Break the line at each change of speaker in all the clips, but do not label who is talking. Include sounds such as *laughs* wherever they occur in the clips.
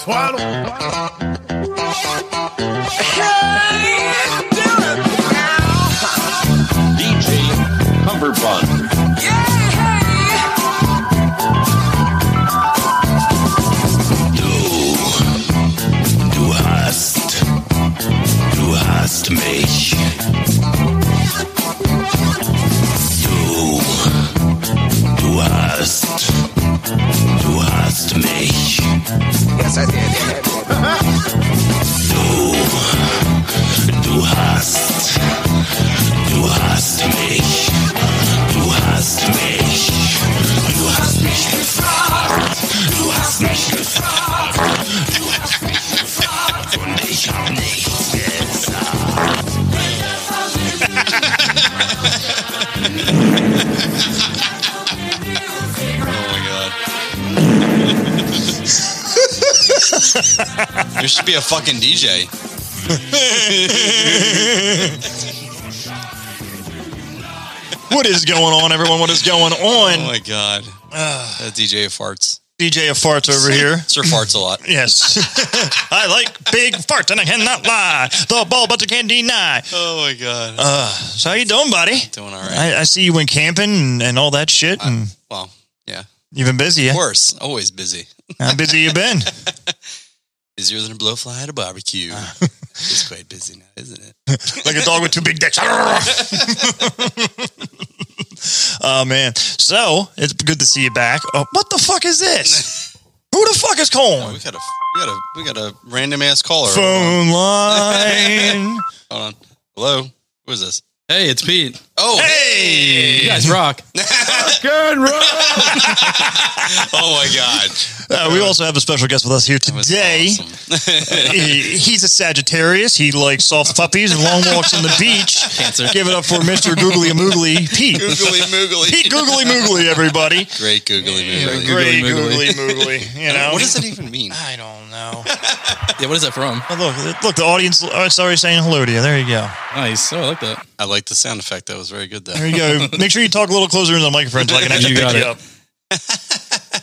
Swallow.
DJ Cumberbund.
Du hast, du hast mich. Du, du hast, du hast mich.
Yes, I did. Yeah, yeah, yeah.
Du hast, du hast mich. Du hast mich. Du hast mich gefragt. Du hast mich gefragt. Du hast mich gefragt. Und ich hab
*laughs*
nichts gesagt.
There should be a fucking DJ.
What is going on, everyone? What is going
Oh
on?
my god. That DJ farts.
DJ of Farts over here.
Sir farts a lot.
Yes. *laughs* I like big farts and I cannot lie. The ball, but you can't deny.
*laughs* Oh my god.
So how you doing, buddy?
Doing all right.
I, I see you went camping and, and all that shit, and
well, yeah.
you've been busy.
Of
Yeah?
course. Always busy.
How busy you been?
Busier than a blowfly at a barbecue. *laughs* it's quite busy now, isn't it?
like a dog with two big dicks. *laughs* oh man! So it's good to see you back. Oh, what the fuck is this? Who the fuck is
Oh, we
calling?
got a we got a we got a random ass caller.
Phone line.
Hold on. Hello. Who is this?
Hey, it's Pete.
Oh
hey!
You guys
*laughs*
rock.
Oh my god.
*laughs* Uh, we also have a special guest with us here
That's
today.
awesome. *laughs*
He, he's a Sagittarius. He likes soft puppies and long walks on the beach. Give it up for Mr. Googly Moogly Pete.
googly moogly.
Pete Googly Moogly, everybody.
Great googly moogly.
Great Googly
Moogly.
Moogly. You know.
What does that even mean?
I don't know.
Yeah, what is that from?
Oh, look, look, the audience. Oh, sorry, saying hello to you. There you go.
Nice. Oh, I like that.
I like the sound effect. That was very good though.
There you go. Make sure you talk a little closer to the microphone so I can actually
You
pick
got
you
it.
up.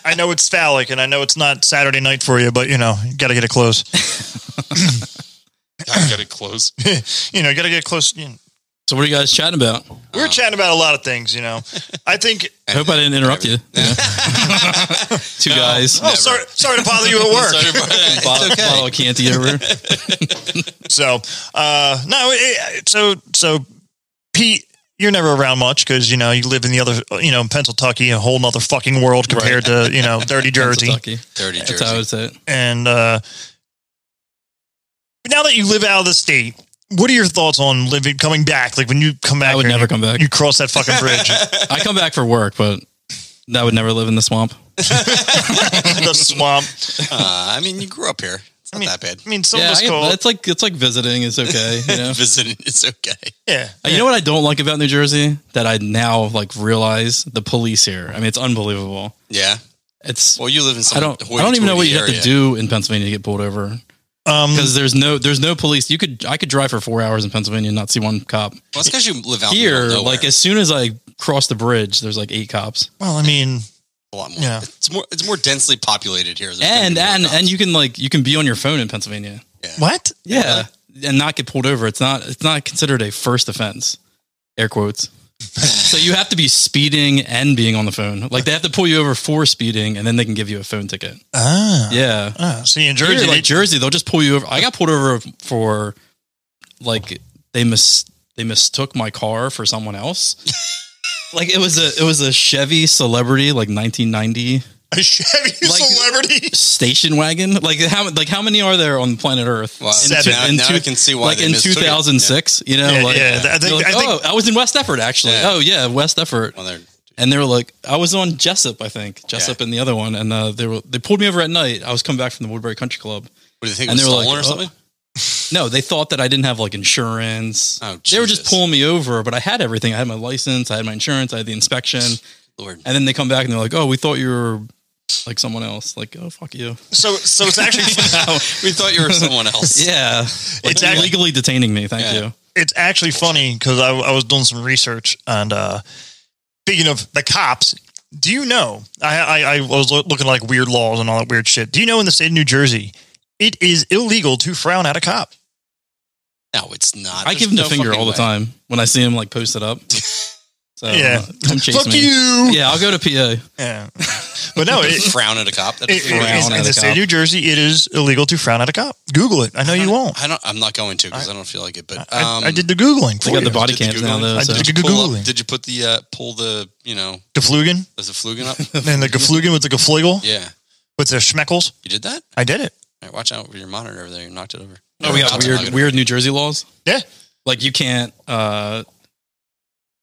I know it's phallic, and I know it's not Saturday night for you, but you know, you got to get it close. *laughs*
I got it
*laughs*
close.
you know, got to get close. You know.
So, what are you guys chatting about?
We were chatting about a lot of things, you know. I think.
I hope I didn't interrupt *laughs* you. Yeah. Two guys.
Oh, sorry, sorry to bother you at *laughs* work.
Sorry about that.
*laughs* Bottle,
It's okay.
bottle of Canty over.
So, uh, no, it, so so Pete, you're never around much because you know you live in the other, you know, Pennsylvania, a whole nother fucking world compared to you *laughs* know dirty Jersey,
Kentucky.
Dirty
That's how I
jersey.
would say it.
and uh, now that you live out of the state. What are your thoughts on living, coming back? Like when you come back,
I would
here and
never come
you,
back.
You cross that fucking *laughs* bridge,
I come back for work, but I would never live in the swamp.
the swamp.
Uh, I mean, you grew up here. It's not
I mean,
that bad.
I mean, some
yeah,
of us
I-
call. it-
it's like it's like visiting. It's okay. You know.
Visiting, *laughs* it's okay.
Yeah,
Uh, You know what I don't like about New Jersey that I now like realize the police here. I mean, it's unbelievable.
Yeah.
It's
Well, you live in some.
I don't I don't even know what you
hoity-toity
have to
area.
do in Pennsylvania to get pulled over
um,
because there's no there's no police. You could I could drive for four hours in Pennsylvania and not see one cop.
Well, it's because you live out in the middle
Here,
of nowhere.
like as soon as I cross the bridge, there's like eight cops,
well, I mean,
a lot more.
yeah.
It's more. It's more densely populated here. There's
and
gonna be
and
more
and you can like you can be on your phone in Pennsylvania.
what?
Yeah, and not get pulled over. It's not it's not considered a first offense, air quotes. so you have to be speeding and being on the phone. Like they have to pull you over for speeding, and then they can give you a phone ticket.
Uh,
Ah,
Yeah,
ah, see, in
Jersey,
Jersey,
like Jersey, they'll just pull you over. I got pulled over for like they mis they mistook my car for
*laughs*
someone else. like it was a it was a Chevy Celebrity like 1990
*laughs* a Chevy
Like-
celebrity.
station wagon. Like how like how many are there on planet Earth?
Wow.
In
Seven.
two-
Now-
in
now
two-
I can see why
Like
they
in
mistook it.
2006, you know,
Yeah,
like,
yeah. I think-
they're like,
I think-
oh, I was in West Effort actually.
Yeah.
Oh yeah, West Effort.
on there.
And they were like, I was on Jessup, I think Jessup and the other one, and uh, they were they pulled me over at night. I was coming back from the Woodbury Country Club.
What do you think?
And
it was
they were like,
stolen or
oh.
something?
No, they thought that I didn't have like insurance.
Oh,
they were just
Jesus.
pulling me over, but I had everything. I had my license, I had my insurance, I had the inspection,
Lord.
and then they come back and they're like, "Oh, we thought you were like someone else." Like, "Oh, fuck you."
So, so it's *laughs* actually
we thought you were someone else.
*laughs* Yeah, it's
actually-
legally detaining me. Thank
Yeah.
you.
it's actually funny because I, I was doing some research and uh, speaking of the cops, Do you know? I, I, I was lo- looking like weird laws and all that weird shit. Do you know in the state of New Jersey, it is illegal to frown at a cop?
No, it's not.
I
There's
give him
no
the finger
fucking
all the
way.
time when I see him like post it
*laughs*
up. So
Yeah.
uh, come chase
Fuck
me.
you.
Yeah, I'll go to
Oh,
PA.
Yeah.
*laughs*
But no, it,
Frown at a cop. That
it-
is
it-
Frown
it's-
at
in
a
the state of
cop.
New Jersey, it is illegal to frown at a cop. Google it. I know you
Uh-huh.
won't.
I don't. I'm not going to because I, don't feel like it. But um, oh,
I, I did the Googling. For
They got
you.
the body
Did the
cams now
Googling?
though.
I
So.
did
Did you, pull
Googling.
up, did you put the uh, pull the you know
Geflugen
there's a flugan up?
*laughs* and the Geflugen with the Gefligel
yeah,
with the Schmeckles.
you did that.
I did it.
All right, watch out with your monitor over there. You knocked it over.
Oh, we got
That's not
weird,
good.
weird New Jersey laws.
Yeah. *laughs*
Like you can't, uh,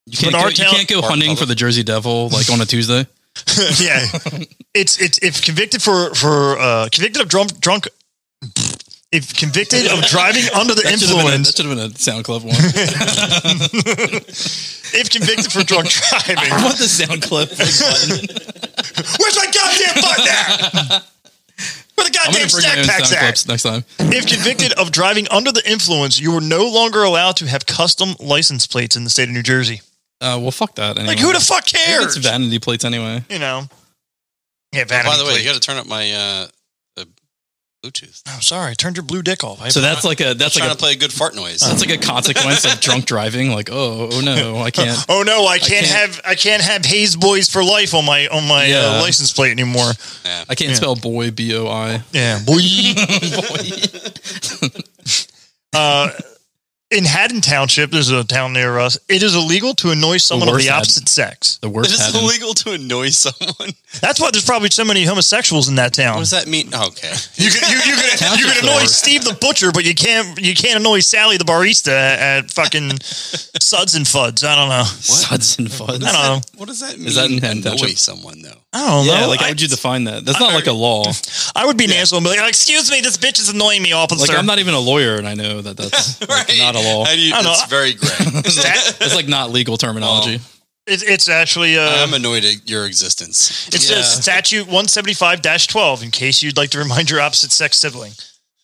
you can't,
But
go,
our
you
town-
can't go
Our
hunting for
public-
the Jersey Devil like on a Tuesday.
yeah, it's it's if convicted for for uh, convicted of drunk drunk. If convicted of driving under the
That should, have been a,
influence,
that should have been a sound club
*laughs*
one.
if convicted for drunk
*laughs*
driving,
I want the sound
*laughs*
clip. Like, button.
where's my goddamn button at? Where the
I'm gonna
goddamn
bring my
stack
own sound
packs at?
clips next time.
If convicted of driving under the influence, you were no longer allowed to have custom license plates in the state of New Jersey.
Uh, well, fuck that. Anyway.
Like, who the fuck
It's
cares?
vanity plates anyway.
You know. Yeah, vanity
By the way,
plate.
you got to turn up my uh, the Bluetooth.
I'm Oh, sorry, I turned your blue dick off. I,
So that's like a that's
trying to
like a,
play a good fart noise.
that's like a
*laughs*
consequence of drunk driving. Like, oh, oh no, I can't.
oh no, I can't,
can't-
have I can't have Hayes Boys for life on my on my
Yeah.
uh, license plate anymore.
yeah.
I can't spell boy b o i.
Yeah, boy. *laughs* uh, in Haddon Township, there's a town near us. It is illegal to annoy someone of
worst
the
Haddon.
opposite sex.
The
It
worst.
is
Haddon.
illegal to annoy someone.
That's why there's probably so many homosexuals in that
What
town.
does that mean? Oh, okay.
You can you, you can you
Township's
can
the
annoy
worst.
Steve the butcher, but you can't you can't annoy Sally the barista at
*laughs*
fucking Suds and Fuds. I don't
*laughs*
know.
Suds and fuds.
I don't know.
What does that mean?
Is that in hand
annoy
touch-up?
someone though?
I don't
Yeah,
know.
like how
I,
would you define that? That's not like a law.
I would be an asshole and be like, "Excuse me, this bitch is annoying me, officer."
Like I'm not even a lawyer, and I know that
*laughs*
that's like, not a law.
How do you,
I don't know.
it's very gray.
*laughs* That-
It's like not legal terminology.
it's, it's actually uh,
I'm annoyed at your existence.
It says statute 175-12 in case you'd like to remind your opposite sex sibling.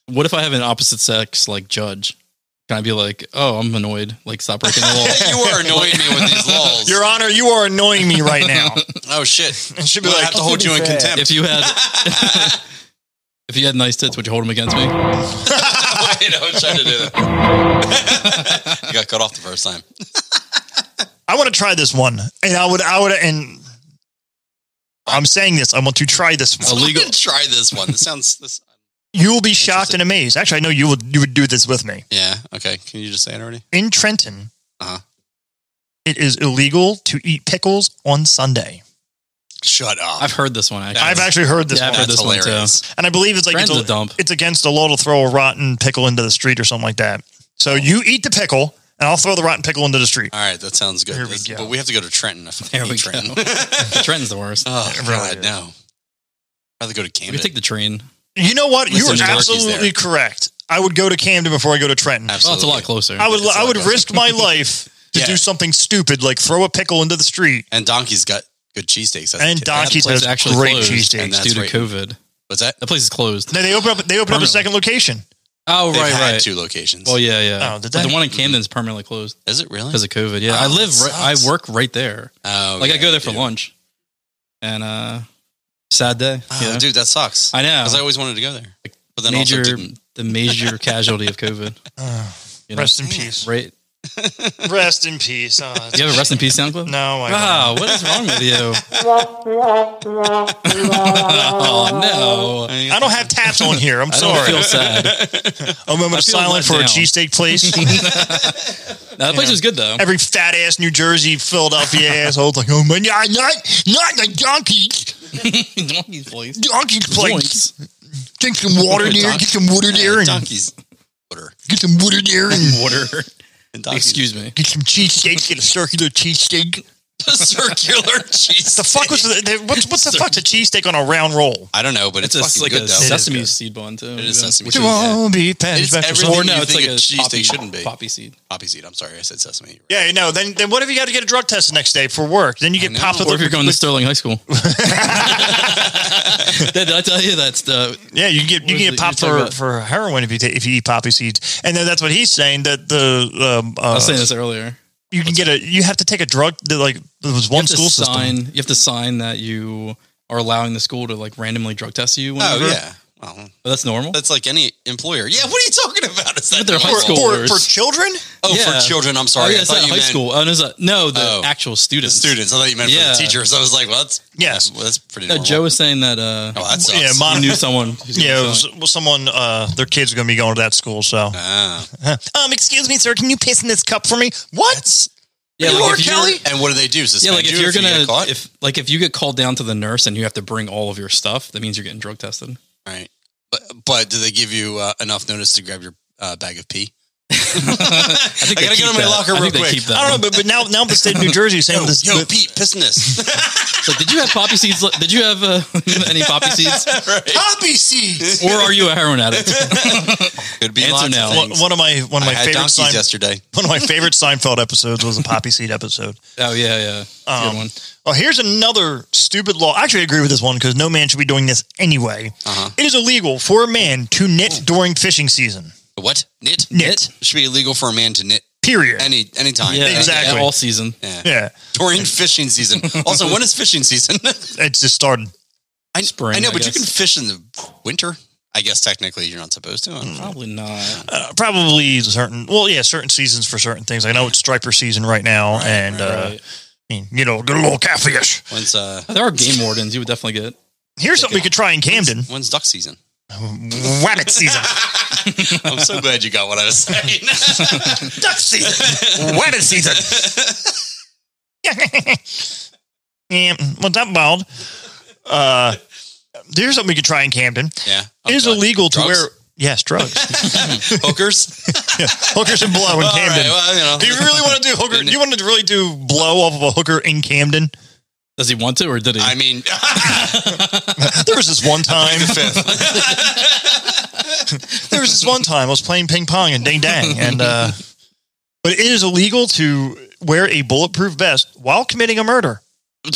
What if I have an opposite sex like judge? Can I be like, oh, I'm annoyed. Like stop breaking the law.
*laughs* you are annoying me with these laws.
Your honor, you are annoying me
*laughs*
right now.
oh shit!
It should be
Well, I
like
have to hold you in contempt.
if you had, if you had nice tits, would you hold them against me?
Wait, *laughs* I was trying to do that. *laughs* you got cut off the first *laughs* time.
I want to try this one. And I would I would and I'm saying this, I want to try this one.
Illegal-
I'm gonna try this one. This sounds. This,
You will be shocked and amazed. Actually, I know you would you would do this with me.
yeah. Okay. Can you just say it already?
In Trenton,
Uh-huh.
it is illegal to eat pickles on Sunday.
Shut up.
I've heard this one actually.
I've actually heard this
Yeah, I've
one.
heard this one, too.
And I believe it's like
Friends
it's,
a dump.
*laughs* it's against the law to throw a rotten pickle into the street or something like that. So you eat the pickle, and I'll throw the rotten pickle into the street.
All right, that sounds good.
Here we
This-
go.
But we have to go to Trenton. If I
There
hate
we *laughs*
Trenton. *laughs*
go. the trend's the worst.
oh
It really
God,
is.
no. I'd rather go to
we could
Camden.
take the train.
You know what? You
Listen,
are
Turkey's
absolutely
there.
correct. I would go to Camden before I go to Trenton.
Oh, it's a lot closer.
I would.
It's
I
all
would
about-
risk my life to
Yeah.
do something stupid like throw a pickle into the street.
And Donkey's got good cheesesteaks. That's
And
the tip.
Donkey's
place
has
is actually
great
closed,
and
cheesesteaks.
that-
due to
That's
COVID.
What's that?
That place is closed.
No, they open up. They open up
Permanently.
a second location.
Oh,
They've
right,
had
right.
two locations.
Well, yeah, yeah.
Oh, did
But
they?
the one in Camden's permanently closed
Is it really?
because of COVID. Yeah,
Oh,
I live.
that
Right, I
sucks.
work right there.
Oh,
like
yeah,
I go there
you
for
do.
lunch, and uh, sad day.
Oh,
yeah.
dude, that sucks.
Uh-huh. I know.
Because I always wanted to go there, but then
major,
also
*laughs*
didn't.
the major
*laughs*
casualty of COVID.
Oh,
You know,
rest in peace.
right?
Rest in peace. Oh,
Do *laughs* you Ah, have a rest in peace sound clip?
no, I don't.
Wow, what is wrong with
*laughs*
you? oh no!
I don't
*laughs*
have taps on here. I'm
I don't
sorry.
feel sad.
A moment of
feel let
silence for a
down.
cheesesteak
*laughs*
place.
No, that place was good though.
every fat ass New Jersey Philadelphia
*laughs*
asshole's like, oh man, yeah, not not the donkey
Donkey's place.
donkey's place.
Zoinks.
Drink some water there, get some water there, and
Donkey's water.
get some water there, and
Water.
And donkey's
Excuse me.
get some cheesesteak, get a
*laughs*
circular cheesesteak.
the circular cheese.
The fuck was the, the- what's what's the fuck's a cheesesteak on a round roll?
I don't know, but it's,
It's, a-
fucking
like
good
a
though.
sesame
good.
seed bun too.
It is
even,
sesame
which
seed.
is-
Won't be passed
It's
back for
everything
some-
Or no,
you
it's
think
like
a
a
cheese
poppy,
steak shouldn't be.
poppy seed.
Poppy seed. I'm sorry, I said sesame.
Yeah, no. Then, then what if you got to get a drug test the next day for work? Then you get
know.
popped with
Or
a
if you're going to Sterling High
*laughs*
School. did I tell you that's the
Yeah, you get you
What is
get
it
popped
you're
for,
talking
for heroin if you ta- if you eat poppy seeds, and then that's what he's saying that the um, uh,
I was saying this earlier.
you can get a you have to take a drug that like there was
*laughs*
one
have to
school
sign,
system.
You have to sign that you are allowing the school to like randomly drug test you. Whenever.
Oh yeah. Well,
But that's normal.
that's like any employer. Yeah. What are you talking about? Is that
They're high
normal?
school.
For,
Schoolers.
for children?
Oh,
Yeah.
for children. I'm
oh
sorry.
yeah,
I
it's
thought
not
you
high
meant
school. Oh, no, it's not- no, the
Oh.
actual students.
students. I thought you meant
Yeah.
for the teachers. I was like, well, that's
Yes.
well, that's pretty.
No,
normal.
Joe was saying that uh,
Oh,
*laughs*
that sucks.
Yeah, my-
he knew someone. who's gonna
Yeah, it
sign.
was, was someone uh, their kids are going to be going to that school. So,
Ah.
um, excuse me, sir, can you piss in this cup for me? What?
yeah,
Lord
if you're-
Kelly?
And what do they do?
Yeah,
Suspend
like if
you
you're
you
gonna
get caught?
if like if you get called down to the nurse and you have to bring all of your stuff, that means you're getting drug tested.
right. But but do they give you uh, enough notice to grab your uh, bag of pee?
I, think
I
they
gotta
keep
get in my
that.
locker
I think
real
they
quick.
keep that
I
one.
don't know, but, but now now the state of
*laughs*
New Jersey is saying
Yo,
this.
yo,
with-
Pete, piss in this. *laughs*
It's like, did you have poppy seeds? le- Did you have uh, *laughs* any poppy seeds?
Poppy seeds!
Or are you a heroin
*laughs*
addict?
Could be
Answer
lots of
now.
one,
things.
one of my one of
I
my
had
favorite
donkeys
Sein,
yesterday.
one of
*laughs*
my favorite Seinfeld episodes was a poppy seed episode.
Oh yeah, yeah. It's a
Um,
good one.
Oh, here's another stupid law. Actually, I agree with this one because no man should be doing this anyway.
Uh-huh.
It is illegal for a man to knit during fishing season.
What knit?
Knit.
It should be illegal for a man to knit
Period.
any any time.
Yeah,
exactly.
yeah, All season.
Yeah.
yeah,
During fishing season. Also, when is fishing season?
*laughs* it's just started.
I,
Spring,
I know,
I
but you
guess.
can fish in the winter. I guess technically you're not supposed to. I
Mm.
don't know.
Probably not.
Uh, probably certain. Well, yeah, certain seasons for certain things. I know it's striper season right now, and uh,
right.
I mean, you know, get a little catfish.
When's uh
There are game wardens. You would definitely get.
Here's something we could try in Camden.
when's duck season?
Wabbit season.
I'm so glad you got what I was saying.
*laughs* duck season, wedding season. yeah, what's up, bald? Uh, there's something we could try in Camden.
yeah.
it is
Okay.
illegal to
Oh, Drugs?
wear. Yes, drugs,
*laughs* hookers.
hookers, and blow in
All right,
Camden.
well,
do
you
you
know.
really want to do hooker? Do you want to really do blow off of a hooker in Camden? *laughs*
Does he want to or did he?
I mean, *laughs*
There was this one time. *laughs* there was this one time I was playing ping pong and ding dang, and uh, but it is illegal to wear a bulletproof vest while committing a murder.
*laughs*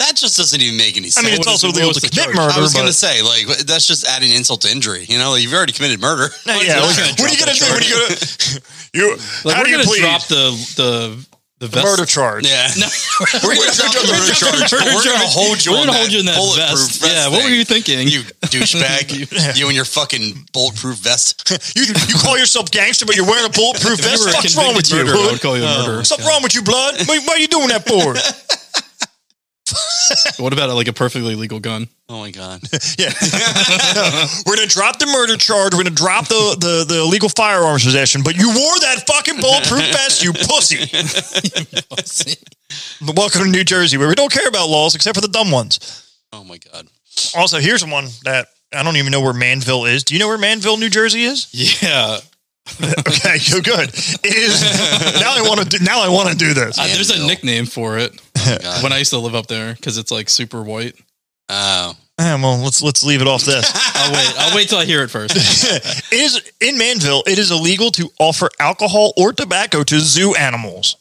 that just doesn't even make any
I
sense.
mean, it's
what is
also
the- what
illegal to
is the
commit
charge?
murder.
I was
but-
going to say, like, that's just adding insult to injury. You know, you've already committed
*laughs*
murder.
No,
Like,
yeah,
they're
like,
not gonna
what are you
drop
gonna do?
that
What
charge.
like we're
are you gonna? You how do you
gonna
plead?
drop the the the
The
vest.
murder charge?
*laughs* Yeah.
No, we're,
We're
gonna
gonna
drop
drop
*laughs*
the murder charge. We're gonna hold you
We're
on
gonna
that
hold you in that
bulletproof
vest.
vest
Yeah. What were
thing.
you thinking?
You
*laughs*
douchebag. you and your fucking bulletproof vest. *laughs*
You
*laughs*
you call yourself gangster, but you're wearing a bulletproof
If
vest.
you were a
What's wrong with
convicted
you?
murderer, I would
Hood?
call
Oh.
you a murderer.
What's up wrong with you, blood? Why, why are you doing that for?
What about like a perfectly legal gun?
Oh, my God.
yeah, *laughs* we're gonna drop the murder charge. We're gonna drop the, the the illegal firearms possession. But you wore that fucking *laughs* bulletproof vest, you pussy. Welcome to New Jersey, where we don't care about laws except for the dumb ones.
*laughs* Oh, my God.
Also, here's one that I don't even know where Manville is. Do you know where Manville, New Jersey is?
yeah.
*laughs* Okay, so good. It is now. I want to do. Now I want to do this.
Uh, there's a
Anvil.
nickname for it
*laughs* Oh, my God.
when I used to live up there because it's like super white.
Oh. *laughs*
Ah, well, let's let's leave it off *laughs* this.
I'll wait. I'll wait till I hear
*laughs*
it first.
it is in Manville. It is illegal to offer alcohol or tobacco to zoo animals.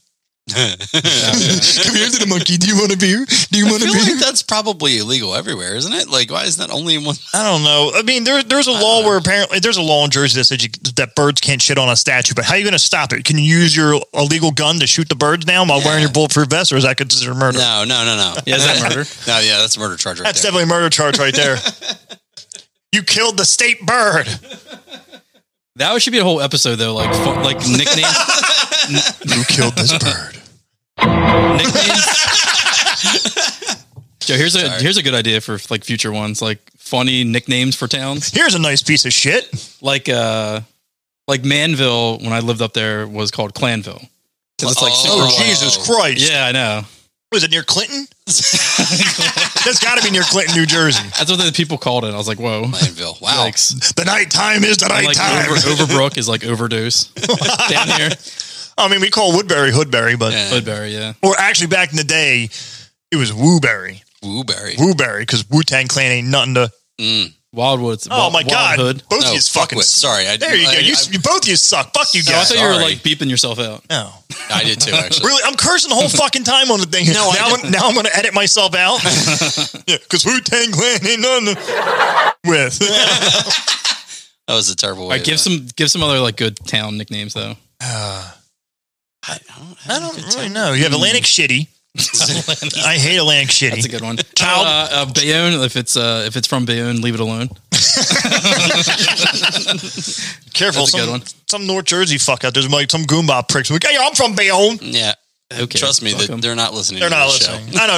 Come here, little monkey. Do you want a beer? Do you
I
want a
feel
beer?
*laughs*
like that's probably illegal everywhere, isn't it? Like, why is that only in one?
I don't know. I mean, there, there's a law where apparently there's a law in Jersey that says you, that birds can't shit on a statue. But how are you going to stop it? Can you use your illegal gun to shoot the birds now while wearing your bulletproof vest, or is that considered murder?
No, no, no, no.
Yeah, is that murder?
*laughs* No, yeah, that's a murder charge right
That's
there.
definitely a murder charge right *laughs* there. you killed the state bird.
That should be a whole episode though. Like fu- like nicknames.
You killed this bird.
nicknames.
*laughs*
Joe, here's a here's a good idea for like future ones, like funny nicknames for towns.
Here's a nice piece of shit.
Like uh like Manville when I lived up there was called Clanville. Cuz it's like super
Oh,
white.
Jesus Christ.
Yeah, I know.
Was it near Clinton? *laughs* That's got to be near Clinton, New Jersey.
That's what the people called it. I was like, "Whoa."
Manville. Wow.
Yikes.
The night time is the night
Like
time.
over, Overbrook is like
*laughs*
overdose. Down here,
I mean, we call Woodbury Hoodbury, but
Yeah.
Woodbury, yeah.
or actually back in the day, it was Wooberry.
Wooberry.
Wooberry, because Wu Tang Clan ain't nothing to.
Mm.
Wildwoods.
Oh my God!
Wildhood.
Both
No,
of you fucking.
fuckwit. Sorry. I,
There you
I,
go. You,
I,
you both of you suck. Fuck you
Oh, I
guys.
thought you were
Sorry.
like beeping yourself out.
No.
I did too, actually.
Really, I'm cursing *laughs* the whole fucking time on the thing.
No, I
now, I'm, now I'm going to edit myself out. *laughs* yeah, because Wu Tang Clan ain't nothing to *laughs* with.
That was a terrible way.
All right,
to- *laughs*
give some give some other like good town nicknames though.
I don't,
I don't Hmm. really know. You have Atlantic Shitty. I hate Atlantic
That's a
Shitty.
good one. Child, uh, uh, Bayonne. If it's uh, if it's from Bayonne, leave it alone.
Careful,
that's a
some,
good one.
some North Jersey fuck out there's like some Goombah pricks. Like, hey, I'm from Bayonne.
Yeah.
Okay,
Trust me,
fuck
that
'em.
they're not listening.
They're
to
not
this
listening. I know. *laughs*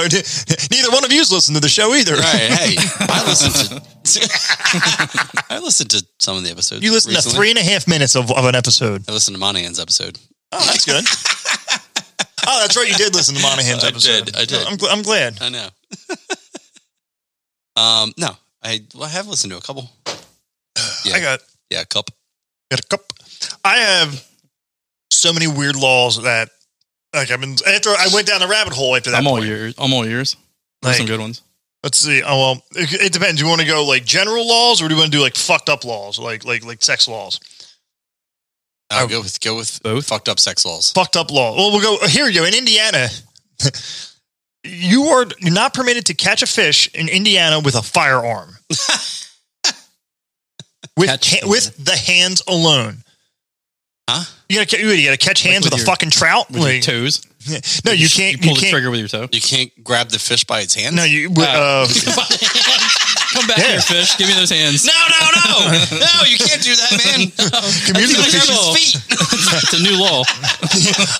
Neither one of you's listen to the show either.
Show. Right? Hey,
*laughs*
I listened to. *laughs* I listened to some of the episodes.
You listen
recently.
to three and a half minutes of, of an episode.
I listened to Monahan's episode.
Oh, that's good. *laughs* oh, that's right. You did listen to Monahan's
I
episode.
did, I did.
I'm, gl- I'm glad.
I know. *laughs* um, no, I well, I have listened to a couple. Yeah,
I got
yeah, a couple.
Got a cup. I have so many weird laws that like I've been after I went down a rabbit hole after that.
I'm all
point.
yours. I'm all yours. There's
Like,
some good ones.
Let's see. Oh well, it, it depends. You want to go like general laws, or do you want to do like fucked up laws, like like like sex laws?
I'll
I-
Uh, go with go with
Oh. Both?
fucked up sex laws.
Fucked up law. Well, we'll go here. You go in Indiana. *laughs* you are you're not permitted to catch a fish in Indiana with
*laughs*
a firearm. with
Catch
ha-
them.
with the hands alone.
Huh?
You gotta, ca- you gotta catch hands
with
with, a
your-
fucking trout.
With
Like-
your toes.
*laughs* no, you can't.
You pull
You,
the
can't.
trigger with your toe.
You can't grab the fish by its hands.
No, you.
*laughs*
Uh, uh,
Come back
Yeah.
here, fish. Give me those hands.
no,
*laughs*
no, no, no! You can't do that, man.
community
That's
fish-
illegal. *laughs* it's a new law.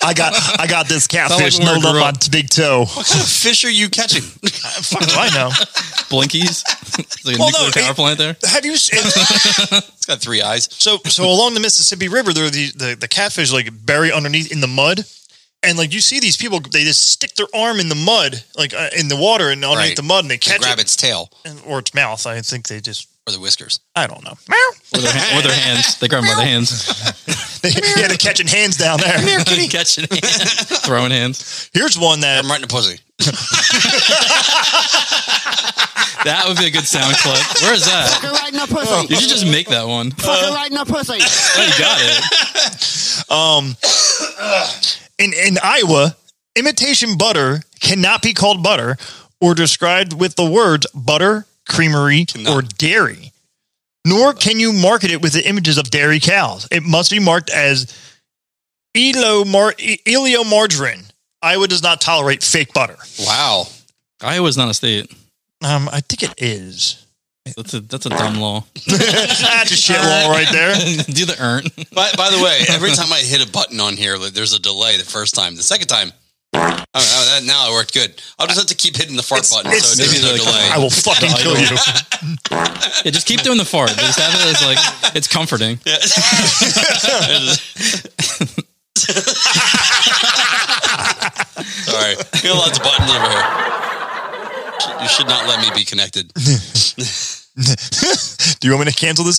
I got. I
*laughs*
got this
Sound like
catfish
when we
no
were
love
growing
on big toe.
*laughs*
What kind of fish are you catching? *laughs*
Fuck do I know?
Blinkies. It's like a
Well, no,
nuclear power
it-
plant there.
Have you? s-
It's got three eyes.
So so along the Mississippi River, there are the, the the catfish like bury underneath in the mud, and like you see these people, they just stick their arm in the mud, like uh, in the water and underneath
Right.
the mud, and they catch
grab
it,
its tail
and- or its mouth. I think they just.
or the whiskers.
I don't know. Meow.
With their, ha- with their hands. They grab them by the hands.
They- yeah, they're catching hands down there. *laughs*
Catching hands. Throwing hands.
Here's one that
I'm right in the pussy.
That would be a good sound clip. Where is that?
right in the pussy.
You should just make that one.
Fucking right in the pussy.
Oh, you got it.
in, in Iowa, imitation butter cannot be called butter or described with the words butter, creamery, or dairy. Nor can you market it with the images of dairy cows. It must be marked as elomar- e- eliomargarine. Iowa does not tolerate fake butter.
Wow.
Iowa's not a state.
Um, I think it is.
That's a that's a dumb law.
*laughs*
*laughs*
That's a shit law right there.
Do the urn.
By, by the way, every time I hit a button on here, like, there's a delay. The first time, the second time. Oh, that, now it worked good. I'll just have to keep hitting the fart button,
it's-
so there's
it's
no
like-
delay.
*laughs* I will fucking kill you.
Yeah, just keep doing the fart. Just have it as like it's comforting.
Sorry, we got lots of buttons over here. Sh- You should not let me be connected.
Do you want me to cancel this?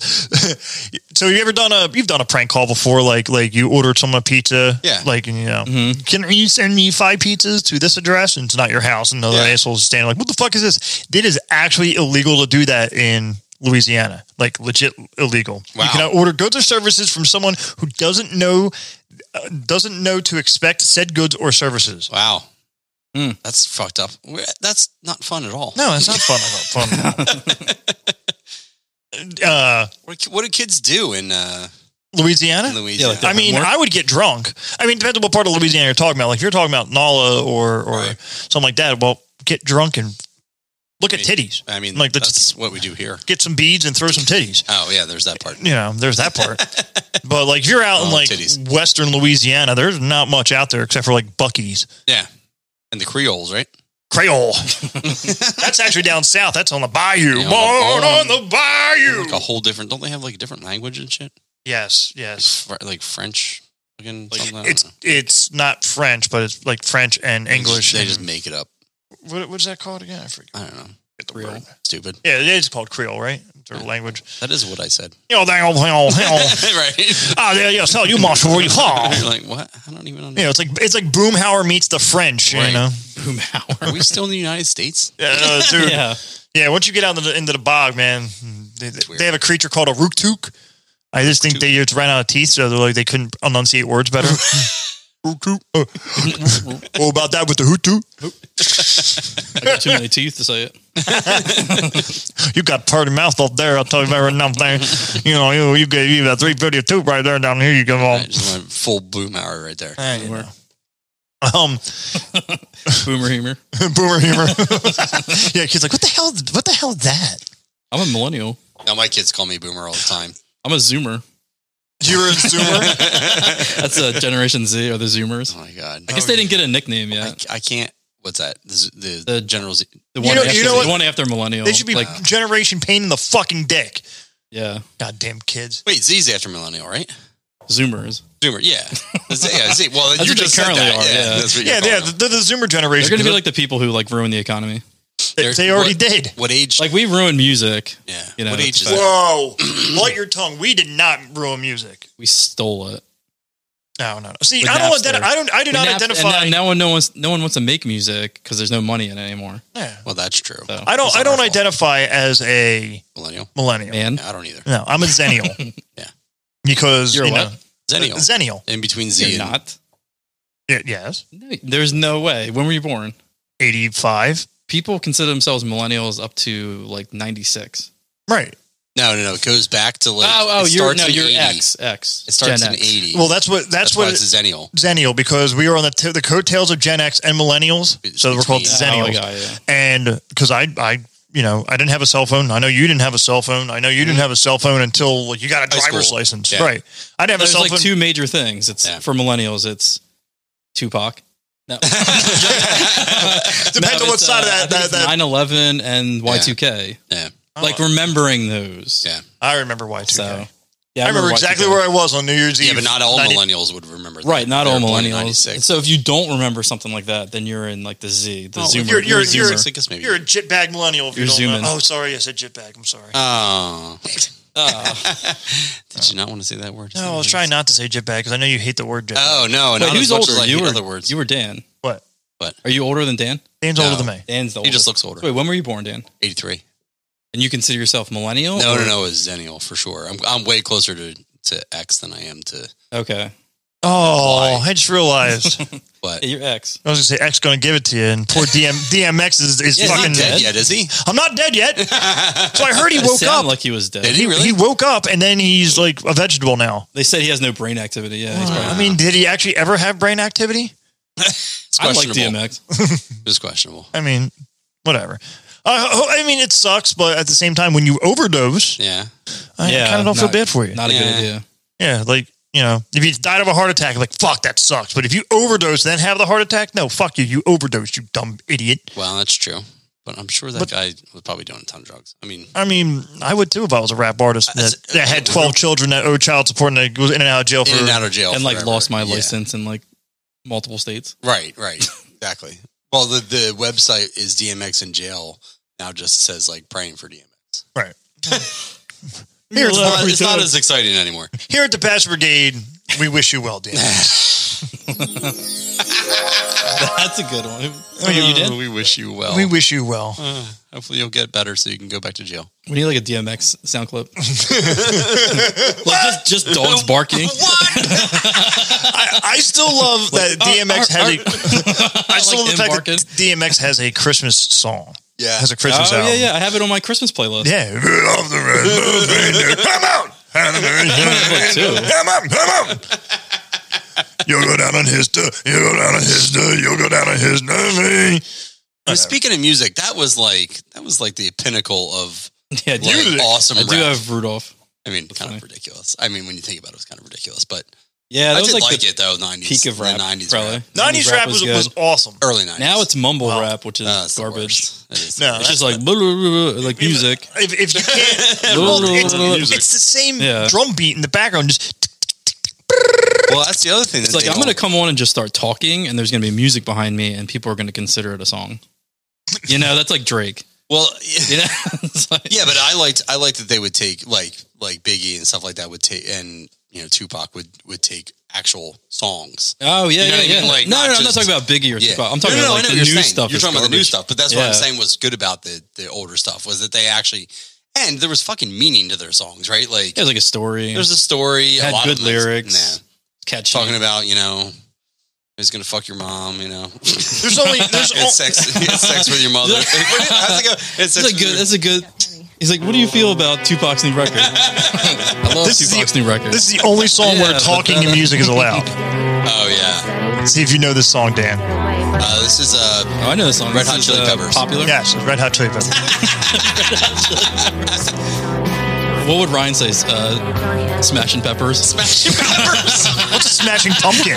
*laughs* so you ever done a you've done a prank call before? Like like you ordered someone a pizza,
Yeah. Mm-hmm.
Like and, you know, can you send me five pizzas to this address? And it's not your house, and another
Yeah.
asshole's standing like, what the fuck is this? It is actually illegal to do that in Louisiana, like legit illegal.
Wow.
You cannot order goods or services from someone who doesn't know uh, doesn't know to expect said goods or services.
Wow,
Hmm.
that's fucked up. We're- That's not fun at all.
No, it's not fun. Fun.
*laughs*
uh,
What, do- what do kids do in, uh,
Louisiana.
in Louisiana?
like that.
I mean,
More-
I would get drunk. I mean, depends on what part of Louisiana you're talking about. Like, if you're talking about Nala or or
Right.
something like that, well, get drunk and look at titties.
I mean,
Like,
like
that's-
that's, what we do here.
Get some beads and throw some titties.
Oh yeah, there's that part.
You know, there's that part. but like, if you're out in
Oh,
like
titties.
Western Louisiana, there's not much out there except for like Bucky's
Yeah, and the Creoles, right?
Creole. That's actually down south. That's on the bayou.
Yeah,
Born
on
on
the-
the bayou.
Like a whole different. Don't they have like a different language and shit?
Yes, yes.
Fr- Like French, fucking something. I don't
It's
know.
it's not French, but it's like French and
They just-
English.
They
and-
just make it up.
what, what's that called again? I forget.
I don't know.
the
Creole.
word.
Stupid.
Yeah, it is called Creole, right? Their language.
That is what I said. *laughs*
You know, oh, they all, they all, they all, *laughs*
right.
ah, yeah, yeah, so you must really call.
You're like, what? I don't even
You
understand.
know, it's like it's like Boomhauer meets the French.
Right.
You know,
Boom
Are we still in the United States?
yeah, *laughs* no, dude, yeah.
Yeah.
Once you get out into the, into the bog, man, they, they have a creature called a ruktuk. I just think they just ran out of teeth, so they're like they couldn't enunciate words *laughs* better. Ruktuk. Uh, *laughs* oh, about that with the hutu.
I got too many teeth to say it.
You got part of your mouth up there. I'll tell you about nothing. You know, you you got you got three fifty two right there down here. You go all.
I just went full boom hour right there.
Eh, you know. Um, *laughs*
Boomer humor.
boomer humor. *laughs* yeah, kids like, what the hell? What the hell is that?
I'm a millennial.
Now my kids call me boomer all the time.
I'm a zoomer.
You're a zoomer. *laughs*
That's a Generation Z or the zoomers.
Oh my god!
I guess they didn't get a nickname yet.
I, I can't. What's that? The, z- the,
The-
the general Z.
The one,
know-
after,
you know
the
what?
one after millennial.
they should be
like,
generation pain in the fucking dick.
yeah,
Goddamn kids.
Wait, Z's after millennial, right?
zoomers.
Zoomer, yeah. *laughs* The Z, yeah, Z. Well,
That's
you
what they
just said
currently
that. Yeah,
are, yeah.
that's what you're
Yeah,
calling
yeah,
them.
they're the zoomer
They're
generation.
going to be like the people who like ruin the economy.
they,
they're-
they already
what-
did.
What age?
Like we ruin music.
yeah.
you know,
what age is
it's
that?
Whoa! *clears throat* Light your tongue. We did not ruin music.
We stole it.
No, no, no. See,
With
I don't.
Napster.
Identi- I don't. I do
And
not
now-
identify.
And now, now one- no one's no one wants to make music because there's no money in it anymore.
Yeah.
Well, that's true.
So
I don't.
It's
I
not
don't
our fault.
identify as a
Millennial.
millennial.
man,
Yeah, I don't either.
No, I'm a zennial.
*laughs*
Yeah.
Because
You're
you
what?
know-
Zennial.
Zennial.
In between Z
you're
and
not.
Y- yes.
No, There's no way. When were you born?
85.
People consider themselves millennials up to like 96.
Right.
no, no, no. It goes back to like.
oh, oh,
it
you're
starts
no,
in
you're
80.
X X.
It starts in
Gen X.
eighty.
Well, that's what that's,
that's why
what
it's a
*laughs*
Zennial. *laughs*
Zennial because we were on the t- the coattails of Gen X and millennials.
It's
so we're called
between-
Oh,
Zennials.
yeah, yeah.
and because I I you know, I didn't have a cell phone. I know you didn't have a cell phone. I know you didn't have a cell phone until like, you got a
Mm-hmm. High
driver's
school.
license.
Yeah.
Right. I didn't have a
There's
cell
like
phone.
two major things. It's
Yeah.
for millennials. It's Tupac. *laughs*
*laughs*
No,
Depends on what side
uh,
of that- that- that-
Nine Eleven and Y two K.
Yeah.
Oh,
Like remembering those.
Yeah.
I remember Y2K.
So yeah,
I remember
Y2K.
exactly where I was on New Year's
Yeah,
Eve.
but not all
90
millennials would remember. that.
Right, not
They
all
were born in
millennials.
96.
So if you don't remember something like that, then you're in like the Z, the
Oh,
Zoomer.
you're-
a
you're-
Zoomer.
you're-
I guess maybe.
You're a jetbag millennial if you
You're
don't
zooming.
know. Oh, sorry. I said jetbag. I'm sorry.
*laughs*
oh, *laughs*
*laughs*
Ah.
did you not want to say that word?
no, I was trying not to say jetbag because I know you hate the word jetbag.
Oh no,
Wait,
not
who's
as much
older?
as I
you
hate
were
other words.
You were Dan.
What?
Are you older than Dan?
Dan's older
No.
than me.
Dan's the
He
oldest.
just looks older.
Wait, when were you born, Dan?
83.
And you consider yourself millennial?
No,
or-
no, no, it's Zennial for sure. I'm I'm way closer to to X than I am to.
Okay,
Oh, I just realized.
But
Hey, you're X.
I was gonna say X gonna give it to you, and poor DM, DMX is, is
he's
fucking
not dead
dead.
yet, is he?
I'm not dead yet. so I heard he
It
woke
sounded
up.
like he was dead.
Did he really?
He woke up, and then he's like a vegetable now.
They said he has no brain activity. Yeah, he's probably-
I mean, did he actually ever have brain activity?
It's
I like
questionable.
DMX.
It's questionable.
I mean, whatever. Uh, oh, I mean, it sucks, but at the same time, when you overdose,
Yeah.
*laughs* I
Yeah,
kind of don't feel
not-
bad for you.
Not a good
Yeah.
idea.
yeah, like you know, if you died of a heart attack, like fuck, that sucks. But if you overdose, then have the heart attack, no, fuck you, you overdose, you dumb idiot.
Well, that's true. But I'm sure that
But-
guy was probably doing a ton of drugs. I mean,
I mean, I would too if I was a rap artist that,
As-
that had 12 children that owed child support and that was in and out of jail for.
in and out of jail
And like
forever.
lost my
Yeah.
license in like multiple states. *laughs*
Right. Right. exactly. Well, the the website is DMX in jail now. Just says like praying for DMX. *laughs*
Right.
Here, it's,
Hello,
not, it's not
everyone.
as exciting
*laughs*
anymore.
Here at the Bass Brigade, we wish you
*laughs*
well, Dan.
That's a good one. Oh, you did.
We wish you well.
we wish you well.
Uh, hopefully, you'll get better so you can go back to jail.
We need like a DMX
*laughs*
sound clip. *laughs* like just, just dogs barking. *laughs*
I, I still love that DMX
arr,
has a. I still love
Like
the
*laughs*
fact that
embarking.
DMX has a Christmas song.
Yeah.
Has a Christmas
Oh yeah,
album.
yeah. I have it on my Christmas playlist.
Yeah. We love the
*laughs*
red moon, Come out.
Like, too.
Come on, come on. You'll go down on his, you'll go down on his, you'll go down on his,
But speaking of music, that was like that was like the pinnacle of
*laughs* Yeah, I do.
like, awesome
I do
rap.
have Rudolph.
I mean, kind
funny.
of ridiculous. I mean, when you think about it, it was kind of ridiculous. But
Yeah, that
I
was
did
like,
like,
the
it though. Nineties
peak of rap.
nineties
probably.
rap,
90s rap was,
good.
was awesome.
early nineties. Uh,
now it's mumble
Wow.
rap, which is garbage.
No,
It's just like blah, blah, blah, blah, like music.
If, if
*laughs*
you can't,
Little-
well, it's,
little
it's
music.
the same
Yeah.
drum beat in the background. Just
well, that's the other thing.
It's like I'm gonna come on and just start talking, and there's gonna be music behind me, and people are gonna consider it a song. You know, that's like Drake.
Well,
*laughs* You know, It's like-
yeah, but I liked I liked that they would take like like Biggie and stuff like that would take and you know Tupac would would take actual songs. You
Oh yeah,
know what
yeah,
I mean?
yeah.
Like,
no,
not
no, I'm not
just-
talking about Biggie or Tupac. I'm talking
No, no, no, I know what
about like the new
you're saying.
stuff.
You're
is
talking about the new
garbage.
stuff, but that's what I'm
Yeah.
saying was good about the the older stuff was that they actually and there was fucking meaning to their songs, right? Like
It was like a story.
there's a story,
It
a
had
lot
good
of them is-
lyrics.
Nah.
Catchy.
talking about you know who's gonna fuck your mom, you know, it's
*laughs* there's only there's only,
sex, it's sex with your
*laughs*
mother. How's it go? It's sex
That's a
with your-
good. That's a good. He's like, what do you feel about Tupac's
*laughs*
new record? I love
This is
Tupac's new record.
this is the only song
Yeah,
where
but
talking
that-
and music is allowed.
oh yeah,
See if you know this song, Dan.
Uh, this is uh, *laughs*
Oh, I know this song.
Red
This
Hot
is,
Chili
uh,
Peppers.
Popular.
Yes, it's Red Hot Chili Peppers.
What would Ryan say? Uh, smashing peppers.
Smashing Peppers.
What's a smashing pumpkin?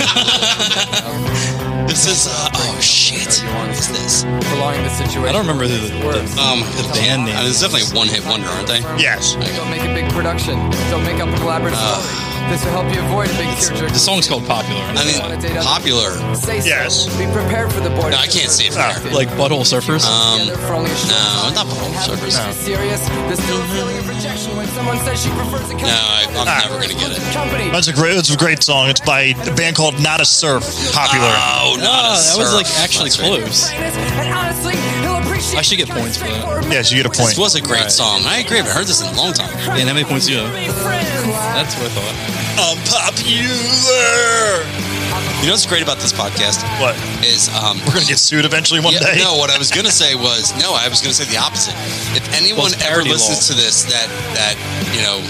this is uh, oh shit. What is this?
Prolonging the situation.
I don't remember who the-
Worse.
the-
Um,
Band name.
uh, it's definitely one hit wonder, aren't they?
Yes.
Don't make a big production. Don't make up a collaborative
Uh,
story. This will help you avoid a big tearjerker.
The song's called Popular.
I mean, popular.
Say so.
Yes.
Be prepared for the board.
No, I can't see it from
Ah.
here.
like Butthole Surfers.
Um,
for only a short
no,
time.
not Butthole
Have
Surfers.
to be serious. There's still a
Mm-hmm.
feeling of rejection when someone says she prefers a
No, I, I'm
Ah.
never gonna get it.
company.
That's a great. That's a great song. It's by a band called Not a Surf. Popular.
Oh no,
Ah, that was like actually close.
And honestly, he'll appreciate
I should get points for that.
Yes, you get a
This
point.
was a great
Right.
song. I agree. I haven't heard this in a long time.
*laughs*
And how many points do you have? That's what I thought.
Unpopular. You know what's great about this podcast
What?
is um.
We're gonna get sued eventually one
yeah,
day.
no, what I was gonna say was no. I was gonna say the opposite. If anyone
Well, it's
ever
parody
listens
law.
to this, that that you know,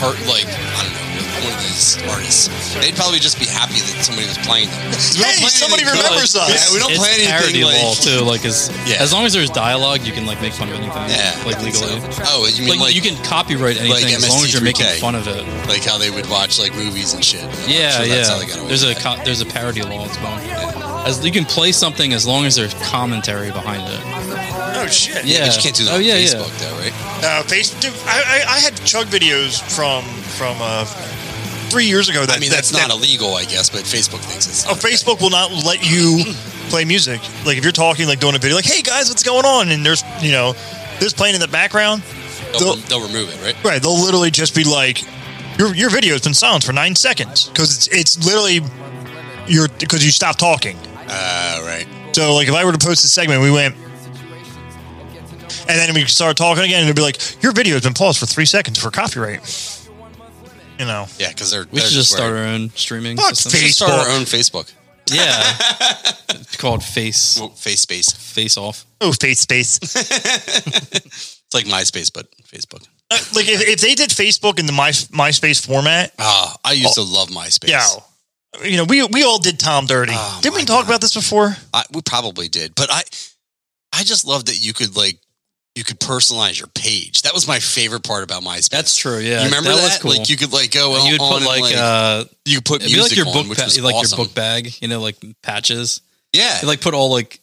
hurt like I don't know, one of these artists, they'd probably just be happy that somebody was playing them. We don't
Hey,
play
somebody
anything
remembers
good.
us.
Yeah, we don't
it's
play anything
parody
like.
law too. Like as
Yeah.
as long as there's dialogue, you can like make fun of anything.
Yeah,
like legally.
So- oh, you mean
Like,
like
you can copyright anything as long as you're making
MST3K.
fun of it.
like how they would watch like movies and shit. I'm
Yeah,
sure That's how they
yeah.
got away
There's a
with that.
co- there's a parody law as well. As you can play something as long as there's commentary behind it.
Oh shit.
yeah, but
yeah.
you can't do that
Oh,
on
yeah, yeah.
Facebook though, right?
Uh, Facebook. dude, I, I, I had chug videos from from uh, three years ago. That
I mean,
that-
that's
that-
not illegal, I guess, but Facebook thinks it's.
Oh,
Not
Facebook will not let you play music. Like if you're talking, like doing a video, like, "Hey guys, what's going on?" and there's you know, there's playing in the background.
They'll, they'll remove it, right?
Right, they'll literally just be like, "Your your video's been silenced for nine seconds because it's it's literally your because you stopped talking." Ah,
Uh, right.
So like if I were to post a segment, we went. And then we started talking again, and it'd be like, "Your video has been paused for three seconds for copyright." You know,
Yeah, because they're.
We should just start our own streaming
Fuck
system.
Facebook.
We should start our own Facebook. *laughs*
Yeah. it's called Face
Well, face space. It's
Face Off.
oh, face, space.
like MySpace, but Facebook.
*laughs* Uh, like if, if they did Facebook in the My MySpace format,
Ah, I used to love MySpace.
Oh. yeah, you know, we we all did Tom dirty.
Oh,
Didn't we
my
talk
God.
about this before?
I, we probably did, but I, I just loved that you could like, you could personalize your page. That was my favorite part about MySpace.
That's true. Yeah.
you remember that?
was cool.
Like you could like go
you would
on
put
and,
like,
like,
uh
you could put
it'd be
music
like your
on,
book
which
pa-
was
like
awesome.
your book bag, you know, like patches.
Yeah,
You like put all like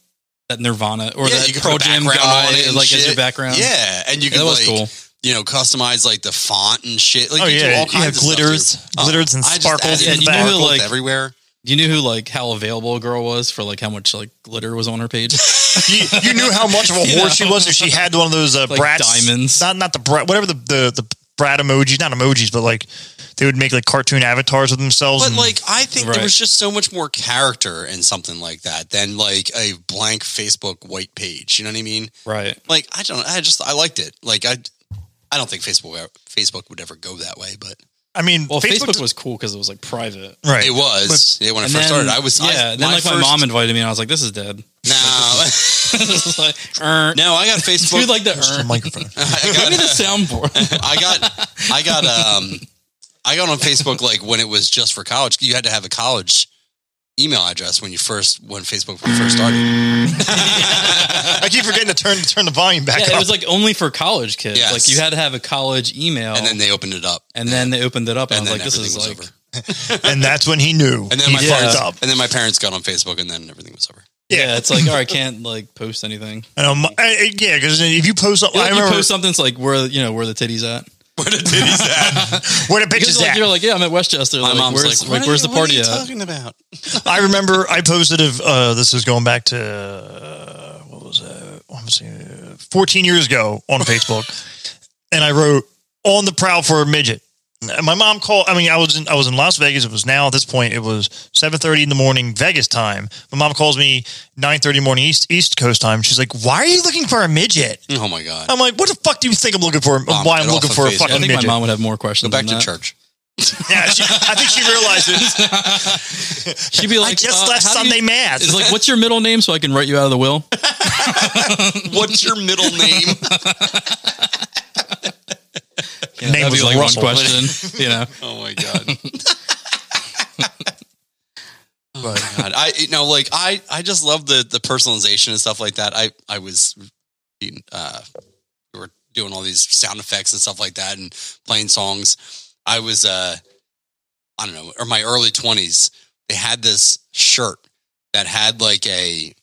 that Nirvana or
yeah,
that
you could
Pearl
put a
Jam
background
guy
on it and
like as
shit.
your background.
Yeah, and you
Yeah,
could
that was
like
cool.
you know customize like the font and shit. Like
Oh,
you do
yeah,
all
you
kinds
had
of stuff,
glitters-
dude.
glitters and
I just
sparkles
added
in
the back.
sparkles
Like-
everywhere.
You knew who like how available a girl was for like how much like glitter was on
*laughs*
her page.
You, you knew how much *laughs* of a
You
whore she
know?
was, and she had one of those uh,
Like
brats
diamonds.
Not not the brat, whatever the, the the brat emojis, not emojis, but like they would make like cartoon avatars of themselves.
But
and-
like, I think there
Mm-hmm. Right.
was just so much more character in something like that than like a blank Facebook white page. You know what I mean?
right.
Like, I don't. I just I liked it. Like I, I don't think Facebook Facebook would ever go that way, but
I mean,
Well, Facebook,
d-
was cool because it was like private.
right.
it was. yeah, when I first started, I was. I-
yeah. and then like my
first-
mom invited me, and I was like, "This is dead." *laughs*
No,
It was like, er,
no, I got
do
Facebook.
you like the
Just the
er.
microphone.
I
Give
got, *laughs*
*laughs* me the soundboard.
I got I got um I got on Facebook like when it was just for college. You had to have a college email address when you first when Facebook first started.
I keep forgetting to turn turn the volume back
yeah,
up.
it was like only for college kids.
Yes.
Like you had to have a college email,
And then they opened it up.
and then they opened it up, and,
And
I
then
was like, "This is
everything was
like."
over.
and that's when he knew.
And then
he
my
Yeah.
fucked
parents
up.
and then my parents got on Facebook and then everything was over.
Yeah. it's like,
*laughs*
all right, I can't like post anything.
And I'm- I- I- yeah, because if you post something,
You,
I
like, you
remember
post something, it's like where you know where the titties at.
Where the titties at?
where the bitch
Because
is
like
at.
you're like, yeah, I'm at Westchester.
My
like,
mom's like,
where's, like,
"What are
where's
you-
the
what
party
are you
at?
talking
*laughs*
about?
I remember I posted a, uh, this is going back to, uh, what was that? What was it? 14 years ago on
*laughs*
Facebook. and I wrote on the prowl for a midget. And My mom called. I mean, I was in, I was in Las Vegas. It was now at this point. It was seven thirty in the morning Vegas time. My mom calls me nine thirty morning East East Coast time. She's like, "Why are you looking for a midget?"
Oh my god.
I'm like, "What the fuck do you think I'm looking for?
Mom,
why
get
I'm
off
looking
of
for a
Facebook.
I
fucking
think my
midget?"
mom would have more questions.
Go back
than
to
that.
church.
*laughs* Yeah, she, I think she realized
*laughs*
it.
She'd be like,
I just
uh,
left
how do you-
Sunday mass.
It's like, what's your middle name so I can write you out of
*laughs*
the will?
What's your middle name?
*laughs* You know,
Name
that'd
was
be like
*laughs*
Russell. *laughs*
one question. you know,
oh my god.
But
God, I you know like I I just love the the personalization and stuff like that. I I was eating, uh we were doing all these sound effects and stuff like that and playing songs. I was uh I don't know, or my early 20s, they had this shirt that had like a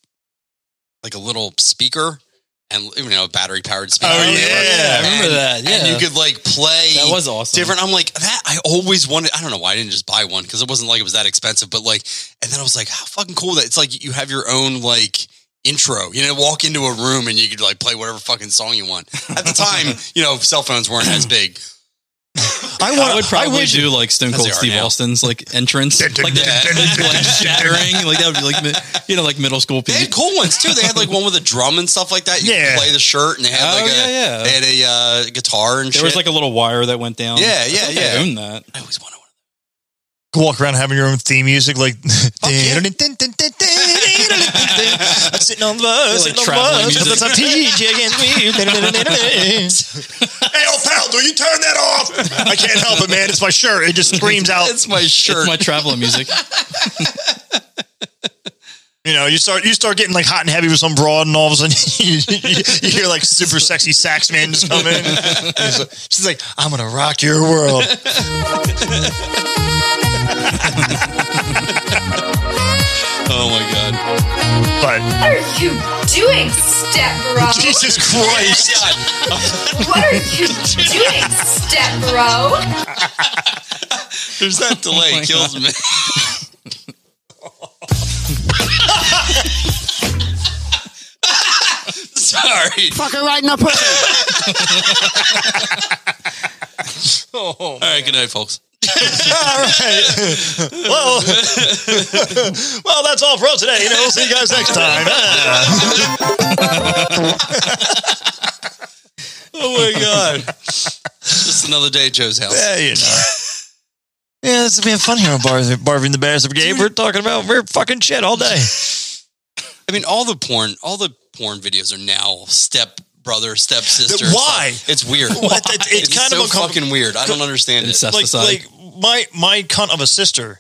like a little speaker and you know, battery powered speaker.
Oh, yeah, I
remember
And-
that,
And
yeah.
you could like play
That was awesome.
different. I'm like that. I always wanted. I don't know why I didn't just buy one because it wasn't like it was that expensive. But like, and then I was like, how fucking cool that it's like you have your own like intro. You know, walk into a room and you could like play whatever fucking song you want. At the
*laughs*
time, you know, cell phones weren't as big.
I want.
I would probably
wish-
do like Stone
As
Cold
they are
Steve
now. *laughs*
Austin's like entrance, like the *laughs* glass shattering, like that would be like mi- you know like middle school
They
people.
had cool ones too. They had like one with a drum and stuff like that. You
Yeah.
could play the shirt, and they had
Oh,
like
yeah,
a
yeah.
they had a uh, guitar and
There
shit.
was like a little wire that went down.
Yeah,
I
yeah,
think I
yeah.
owned that.
I always wanted one.
walk around having your own theme music, like
yeah.
I'm sitting on the bus,
Like
sitting on the
traveling
bus,
music.
that's a teacher against me. Hey,
*laughs*
old pal, do you turn that off? I can't help it, man. It's my shirt. It just screams out.
It's my shirt.
It's my
*laughs*
traveling music.
You know, you start you start getting like hot and heavy with some broad, and *laughs* all of a sudden you, you, you hear like super sexy sax man just come in. And he's like- she's like, "I'm gonna rock your world."
oh my god!
But
What are you doing, step bro?
Jesus Christ,
God.
What are you doing, step bro?
There's
*laughs*
that
Oh
delay
my
kills me. *laughs* Sorry.
Fucking right in the pussy.
Oh
All right. Good night, folks.
well, well, that's all for us today. You know, we'll see you guys next time. Ah.
Oh my god! Just another day at Joe's house.
Yeah, you know. Yeah, this is being fun here on Bar- Barvin the Bears Brigade. We're talking about weird fucking shit all day.
I mean, all the porn, all the porn videos are now step brother, step sister.
Why?
It's weird.
*laughs* What? It's- it's kind
so
of uncomfortable.
fucking weird. I don't understand it.
Incest
like,
society.
like my my cunt of a sister.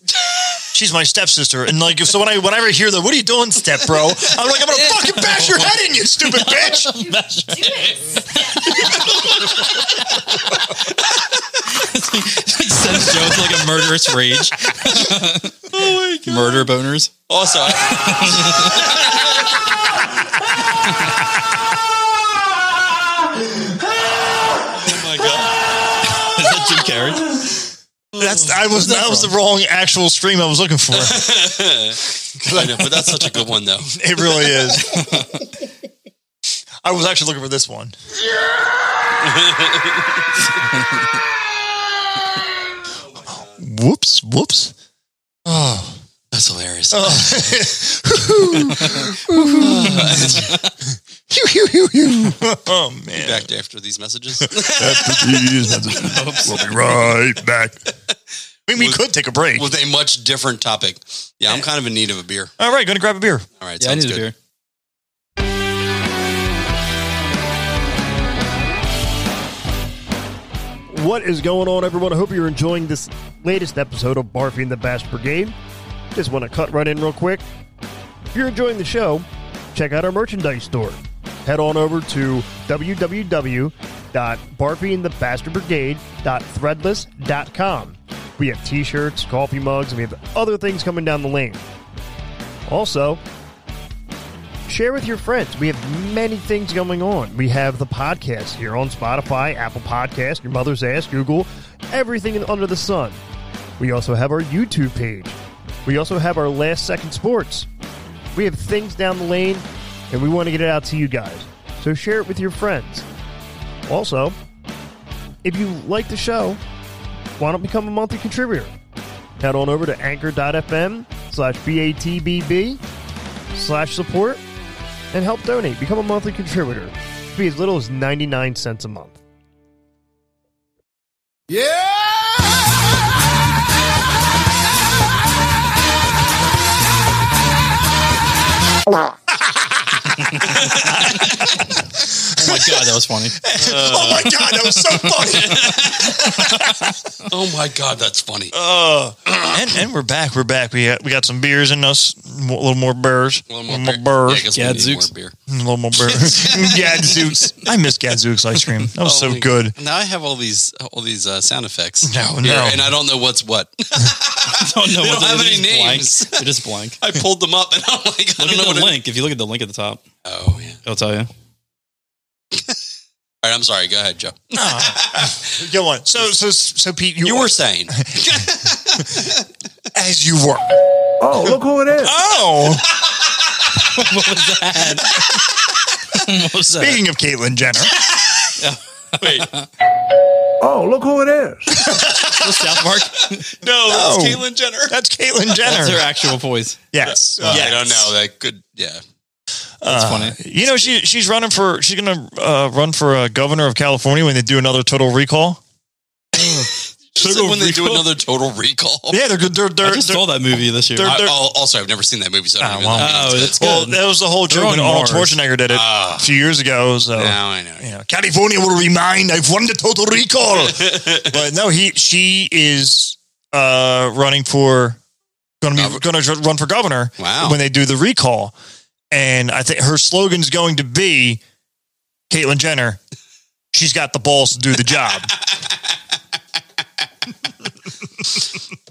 She's my stepsister, and like so when I whenever I hear the "What are you doing, step bro?" I'm like, I'm gonna fucking bash your head in, you stupid bitch.
You doing,
*laughs* Sends Joe into like a murderous rage. *laughs* Oh Murder boners.
Also,
*laughs*
I,
Oh my god. Is that Jim Carrey?
That's I was that was the wrong actual stream I was looking for. *laughs*
I know, but that's such a good one though.
It really is. I was actually looking for this one. whoops! Whoops! Oh.
That's hilarious.
Hew, hew, hew, hew. oh man!
Back to after these messages. *laughs*
*laughs* We'll be right back. I *laughs* mean, we
Was-
could take a break.
with a much different topic. Yeah, I'm kind of in need of a beer.
All right, going to grab a beer.
All right,
Yeah, I
sounds
need a
good.
beer.
What is going on, everyone? I hope you're enjoying this latest episode of Barfing the Bash Brigade. Just want to cut right in real quick. If you're enjoying the show, check out our merchandise store. Head on over to www.barfingthebastardbrigade.threadless.com. We have t shirts, coffee mugs, and we have other things coming down the lane. Also, share with your friends. We have many things going on. We have the podcast here on Spotify, Apple Podcast, Your Mother's Ass, Google, everything under the sun. We also have our YouTube page. We also have our Last Second Sports. We have things down the lane, and we want to get it out to you guys. So share it with your friends. Also, if you like the show, why don't become a monthly contributor? Head on over to anchor.fm slash BATBB slash support and help donate. Become a monthly contributor. It'd Be as little as 99 cents a month.
my god, that was *laughs* funny.
oh my god, that was so
*laughs*
funny.
Oh my god, that's funny.
Uh, and and we're back. We're back. We got, we got some beers in us. A little more burrs.
A little more beer. Yeah, I guess we need
Gadzooks.
more beer.
A little more burgers.
*laughs*
Gadzooks. I miss Gadzooks ice cream. That was
Oh
so
my-
good.
Now I have all these all these uh, sound effects.
No,
here,
no.
and I don't know what's what. *laughs*
don't know.
They don't
what-
have
they're
any
just blank.
names.
They're just blank.
I pulled them up, and I'm like, I
Look
don't know
at
what.
the
it-
link. If you look at the link at the top,
oh yeah.
it'll tell you.
All right, I'm sorry. Go ahead, Joe.
Go on. So so so Pete, you,
You were
*laughs*
saying
as you were.
Oh, look who it is.
*laughs*
Oh,
What was that? *laughs* what was that?
speaking of Caitlyn Jenner,
Oh, look who it is.
Was South Park?
no,
that's Caitlyn Jenner.
That's Caitlyn Jenner.
That's her actual voice.
*laughs*
Yes.
Uh,
yes.
I don't know. That could. Yeah.
That's funny.
You know she she's running for she's gonna uh, run for uh, governor of California when they do another total recall.
Just like when they do another Total Recall.
Yeah, they're good. They're, they're,
I just
they're-
saw that movie this year.
they're-
I, oh, also, I've never seen that movie, so I
Ah,
don't even
well.
know.
Oh, that's good.
well, that was the whole joke
on
when Arnold
Mars.
Schwarzenegger did it
Ah.
a few years ago. So
now I know.
you know, California will be mine. I've won the
*laughs*
total recall. but no, he she is uh, running for going to be
Gov-
going to run for governor.
Wow.
When they do the recall, and I think her slogan's going to be Caitlyn Jenner. She's got the balls to do
*laughs*
the job. *laughs*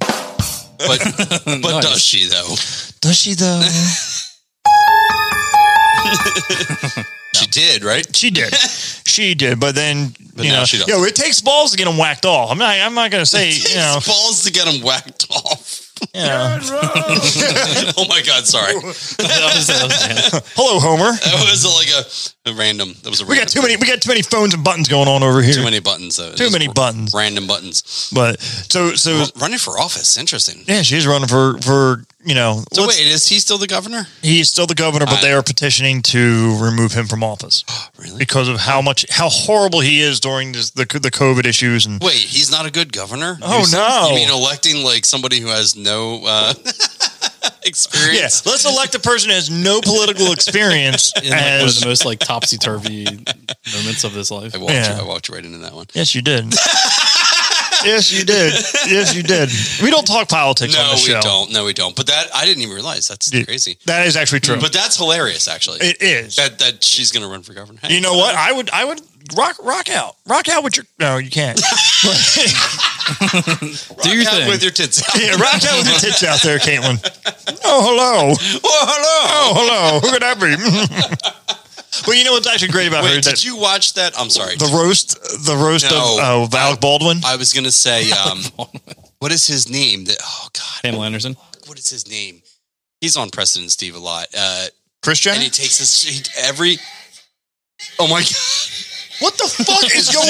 But but
Nice.
does she though?
Does she though?
She did, right? *laughs*
She did. She did. But then
But
you
now
know,
she doesn't.
yo, it takes balls to get them whacked off. I'm not. I'm not going to
*laughs*
say you know.
Takes balls to get him whacked
*laughs*
off.
you know.
Um, oh my god! Sorry,
That *laughs* was- that was- yeah.
Hello, Homer.
that was like a, a random. That was a.
We
random
got too many. We got too many phones and buttons going on over here.
Too many buttons. Though.
Too many buttons.
Random buttons.
But so so
Well, running for office. Interesting.
yeah, she's running for for you know.
So
let's-
wait, is he still the governor?
he is still the governor, but
I-
they are petitioning to remove him from office
*gasps* Really?
because of how much how horrible he is during this, the the COVID issues and.
Wait, he's not a good governor.
Oh,
You s-
no.
You mean electing like somebody who has no uh, *laughs*
Yeah,
experience?
let's elect a person who has no
*laughs*
political experience
In like one of
as.
the most like topsy turvy moments of his life.
I walked.
Yeah.
I walked right into that one.
Yes,
*laughs*
you did. yes, you did. Yes, you did. We don't talk politics on
No,
the
we
show.
don't. No, we don't. But that I didn't even realize. That's
Yeah.
crazy.
That is actually true.
But that's hilarious, actually.
it is.
that that she's going to run for governor. Hey,
You know what? I would I would rock rock out. Rock out with your No, you can't.
Do your
out
thing.
with your tits out.
*laughs* yeah, rock out with your tits out there, Caitlin. Oh hello.
Oh,
Oh hello. Who could that be? *laughs* well, you know what's actually great about
hello.
her
Wait,
is that
did you watch that? I'm sorry.
the roast the roast
No.
of uh, Alec Baldwin.
I was going to say, um, what is his name? That oh god,
Pamela Anderson.
what is his name? He's on President Steve a lot, uh,
Chris Jenner? *laughs*
and he takes this he, every. Oh my god, *laughs*
What the fuck is going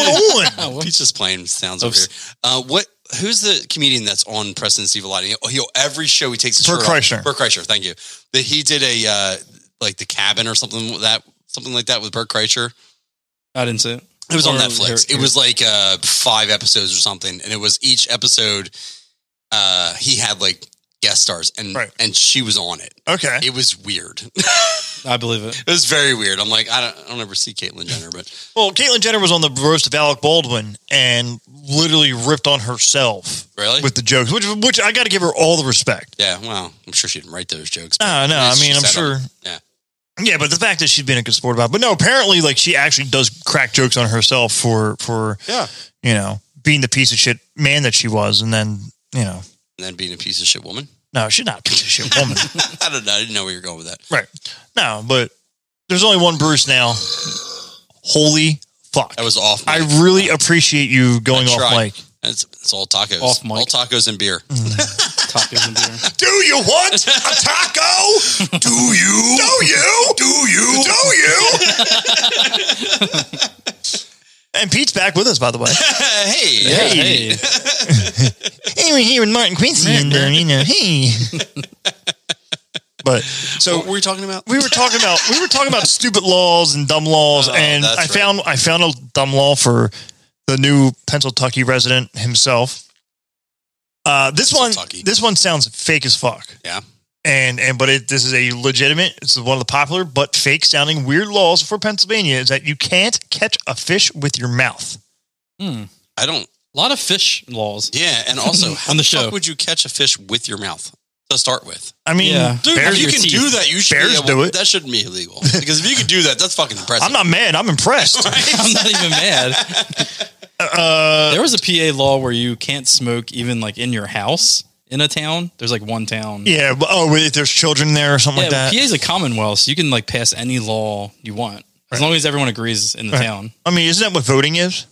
on?
he's just playing sounds over
Oops.
here. Uh, what? Who's the comedian that's on President Steve a lot? He, he, every show he takes his
Bert
shirt off.
Kreischer.
Bert Kreischer, thank you. That he did a uh, like the cabin or something with that something like that with Bert Kreischer.
I didn't see it.
*laughs* It was on
Or
Netflix.
here-
It was like uh, five episodes or something, and it was each episode. Uh, he had like guest stars, and
Right.
and she was on it.
Okay.
It was weird. *laughs* it
I believe it.
was very weird. I'm like, I don't, I don't ever see Caitlyn Jenner, but
Well, Caitlyn Jenner was on the roast of Alec Baldwin and literally ripped on herself
Really?
with the jokes, which which I got to give her all the respect.
yeah, well, I'm sure she didn't write those jokes. but
No, no,
at
Uh, I
least
mean
she
I'm
said
sure.
them. Yeah,
Yeah, but the fact that she's been a good sport about, it. but no, apparently, like she actually does crack jokes on herself for for
Yeah.
you know, being the piece of shit man that she was, and then you know,
and then being a piece of shit woman. *laughs*
no, she's not a piece of shit woman,
I don't know. I didn't know where you're going with that.
right? No, but there's only one Bruce now. Holy fuck!
That was off.
I
mic.
really appreciate you going
I
off
tried.
mic. Mm.
It's, it's all tacos.
Off mic.
All tacos and beer.
Tacos and beer.
Do you want a *laughs* taco? Do you? Do you? Do you? Do you? and Pete's back with us, by the
*laughs*
way.
hey,
Hey.
hey, we're here with Martin Quincy and uh, you know,
*laughs*
hey. but so
what were we talking about?
we were talking about we were talking about stupid laws and dumb laws,
Oh,
and I
that's right.
found I found a dumb law for the new Pennsylvania resident himself. Uh, this one
Pennsyltucky.
this one sounds fake as fuck.
Yeah.
and and but it, this is a legitimate. It's one of the popular but fake sounding weird laws for Pennsylvania is that you can't catch a fish with your mouth.
I don't.
A lot of fish laws.
Yeah, and
*laughs*
also how
On the
fuck
show.
would you catch a fish with your mouth to start with?
I mean,
Yeah.
Dude,
bears-
if you can do that, you should.
Bears
be able-
do it.
That shouldn't be illegal because if you can do that, that's
*laughs*
fucking impressive.
I'm not mad.
*laughs*
I'm impressed.
I'm not even mad.
Uh,
there was a PA law where you can't smoke even like in your house in a town. There's like one town.
Yeah. But, oh, wait, there's children there or something
Yeah,
like
PA
that.
is a commonwealth, so you can like pass any law you want as long as everyone agrees in the
Right.
town.
I mean, isn't that what voting is?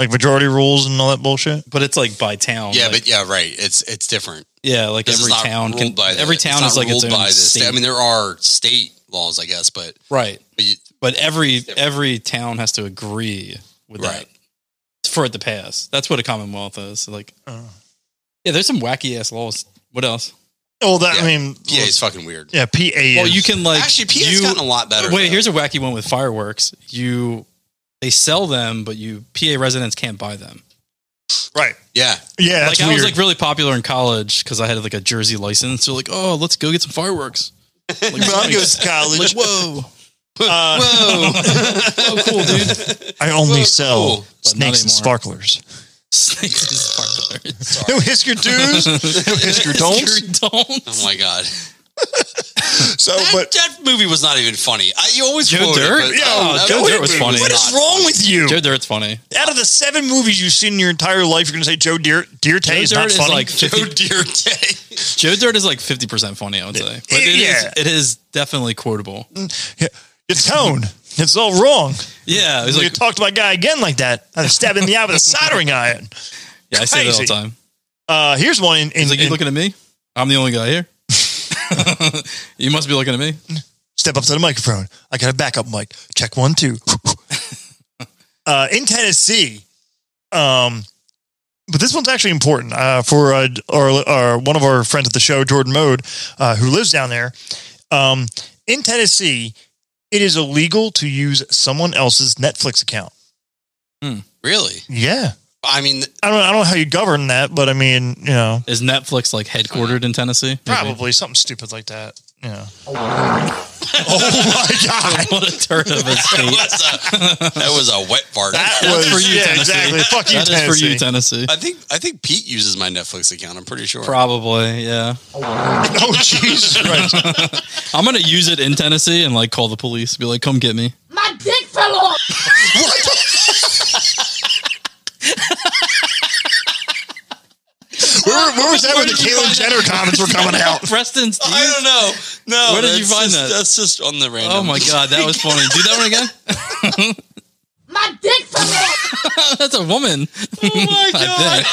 Like majority rules and all that bullshit.
But it's like by town.
Yeah,
like,
but yeah, right. It's it's different.
yeah, like
'Cause it's
every
not
town
ruled
can.
by the-
every
it's
town
not
is like its
ruled
own
by the
state.
state. I mean, there are state laws, I guess, but,
right.
but you,
But every every town has to agree with
Right.
that for it to pass. That's what a commonwealth is. So, Like,
Uh.
yeah, there's some wacky ass laws. What else?
Oh, that I
Yeah.
mean,
PA is fucking weird.
yeah, PA.
Well,
is-
you can like
Actually, PA's
you,
gotten a lot better.
Wait,
though.
here's a wacky one with fireworks. You they sell them, but you PA residents can't buy them.
right.
yeah.
Yeah, that's
like I
weird.
was like really popular in college because I had like a Jersey license. So like, oh, let's go get some
*laughs*
fireworks. Like,
Mom goes to
like, *laughs*
college.
whoa, *laughs*
Uh,
oh, cool, dude.
I only sell
Whoa.
But not
snakes and
anymore.
sparklers.
Snakes is fireworks.
*laughs* No
*laughs*
hisker do's, no hisker don'ts.
don't.
Oh my god,
So,
that,
but
that movie was not even funny. I, you always
Oh, Joe
quote it,
Dirt?
but,
Yeah,
uh, that
Joe
movie
Dirt Oh, was funny.
what is
not
wrong with you?
Joe Dirt's funny.
Out of the seven movies you've seen in your entire life, you're going to say Joe Deer Deer Tay
Joe
is
Dirt
not
is
funny.
*laughs*
like
Joe
50,
Deer Day.
Joe Dirt is like fifty percent funny. I would say, but it is
Yeah.
it is definitely quotable.
Your tone, it's all wrong.
Yeah, it's
When you
like
talk to my guy again like that, I stab him in the eye with a soldering iron.
yeah, I say that all the
crazy.
time.
Uh, here's one. In, in,
He's like, you
in-
looking at me? I'm the only guy here. *laughs* you must be looking at me.
step up to the microphone. I got a backup mic. Check one,
*laughs*
two. uh, in Tennessee, um, but this one's actually important uh, for uh, our, our one of our friends at the show, Jordan Mode, uh, who lives down there. Um, in Tennessee, it is illegal to use someone else's Netflix account.
Really?
Yeah,
I mean,
I don't, I don't know how you govern that, but I mean, you know,
Is Netflix like headquartered in Tennessee? Maybe.
probably something stupid like that. *laughs* Yeah. oh my god.
*laughs* what a turd of a state.
that's a, that was a wet fart.
That
That's
was
for you,
yeah,
Tennessee.
exactly. Fuck you,
That is
Tennessee.
for you, Tennessee.
I think I think Pete uses my Netflix account. I'm pretty sure.
Probably, yeah.
oh
*laughs*
Jesus Christ!
I'm gonna use it in Tennessee and like call the police. Be like, come get me.
My dick fell off.
Where, where was that
Where
when the
did you
Caitlyn
find
Jenner comments were coming out?
Preston's
I
teeth.
don't know. No,
Where did you
that's
find
just-
that?
That's just on the random. *laughs*
Oh my god, that was funny. Do that one again.
*laughs* My dick fell off.
*laughs* That's a woman. Oh *laughs* my
God.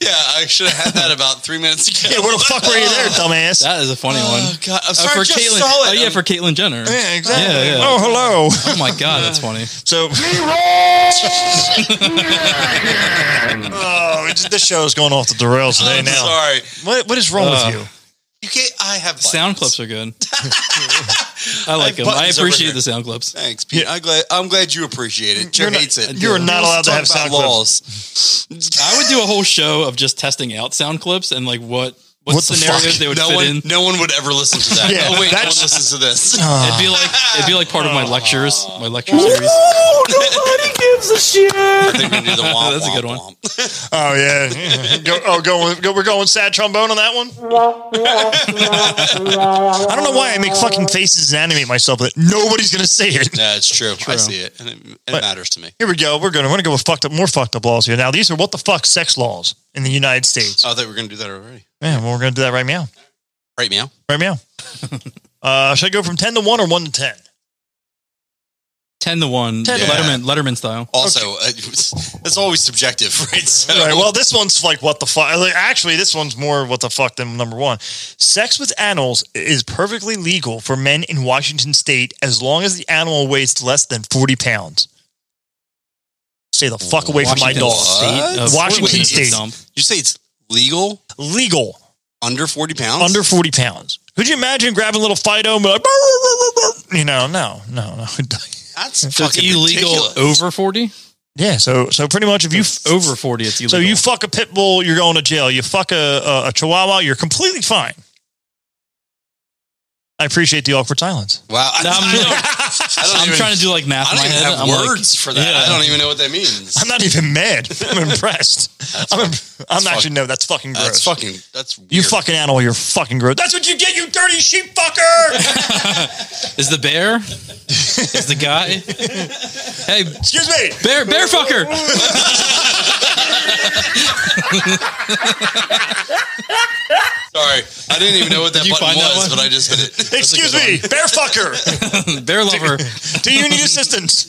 Yeah, I should have had that about three minutes ago.
Yeah, where the fuck were you there, dumbass?
That is a funny
*laughs*
one.
Oh god, I'm
Uh,
sorry,
for
I just
Caitlyn.
saw it.
Oh yeah,
I'm-
for Caitlyn Jenner.
yeah, exactly.
Yeah, yeah.
Oh, hello.
Oh my god, that's funny.
*laughs* So, *laughs* oh, it's, this show is going off the rails today
I'm
now.
sorry.
What what is wrong
Uh,
with you?
You can't. I have buttons.
Sound clips are good. *laughs* I like them. I
buttons over
appreciate
here.
the sound clips.
Thanks, Pete. I'm glad. I'm glad you appreciate it. Joe
You're not-
hates it.
you are not
Let's
allowed to
talk
have
about
sound clips.
laws.
I would do a whole show of just testing out sound clips and like what what,
What the
scenarios
fuck?
they would
No
fit
one.
in.
No one would ever listen to
*laughs*
that.
Yeah,
oh wait,
that's-
no one listens to this.
It'd
Ah.
be like it'd be like part of
Ah.
my lectures, my lecture series.
I think we
*laughs*
do the womp.
That's a good
womp,
one.
womp.
Oh yeah. *laughs* yeah. Go, oh, going. Go, we're going sad trombone on that one. I don't know why I make fucking faces and animate myself, but nobody's gonna see it. *laughs*
Yeah, it's true. I see it, and it, and it matters to me.
Here we go. We're gonna we're gonna go with fucked up more fucked up laws here. Now these are what the fuck sex laws in the United States.
Oh, I thought we were gonna do that already.
Yeah, well we're gonna do that right now.
Right, meow.
Right now. uh should I go from ten to one or one to ten?
Ten to one,
Ten to
Letterman Letterman style.
Also, uh, *laughs* it's always subjective,
*laughs*
right? So,
All right, well this one's like what the fuck actually this one's more what the fuck than number one. Sex with animals is perfectly legal for men in Washington state as long as the animal weighs less than forty pounds. Stay the fuck away from my
Washington
dog.
State of-
Washington
Wait, it's
State.
dumb.
you say it's legal
Legal.
under forty pounds.
under 40 pounds. Could you imagine grabbing little Fido and be like, "Brr, brr, brr, brr, brr," you know, no, *laughs* no, no.
that's
So it's
fucking
illegal
ridiculous.
over forty.
Yeah, so so pretty much if you f-
Over 40, it's
so
illegal.
you fuck a pit bull, you're going to jail. You fuck a, a, a chihuahua, you're completely fine. I appreciate the awkward silence.
Wow. I,
No, I'm-
I don't, I don't
I'm
even,
trying to do like math
I
in my
don't even
head.
have
I'm like,
words for that.
yeah.
I don't even know what that means.
*laughs* I'm not even mad. I'm impressed. I'm, I'm actually
fuck-
no. That's fucking gross.
That's fucking. That's weird.
you fucking animal. You're fucking gross. That's what you get. You dirty
*laughs*
sheep fucker.
Is the bear? Is the guy?
*laughs*
hey,
Excuse me.
bear, bear fucker!
Sorry, I didn't even know what that
Did you
button
find that
was,
one?
but I just hit
*laughs*
it.
Excuse me, bear
*laughs*
fucker.
bear *laughs*
*laughs*
lover.
Do you need assistance?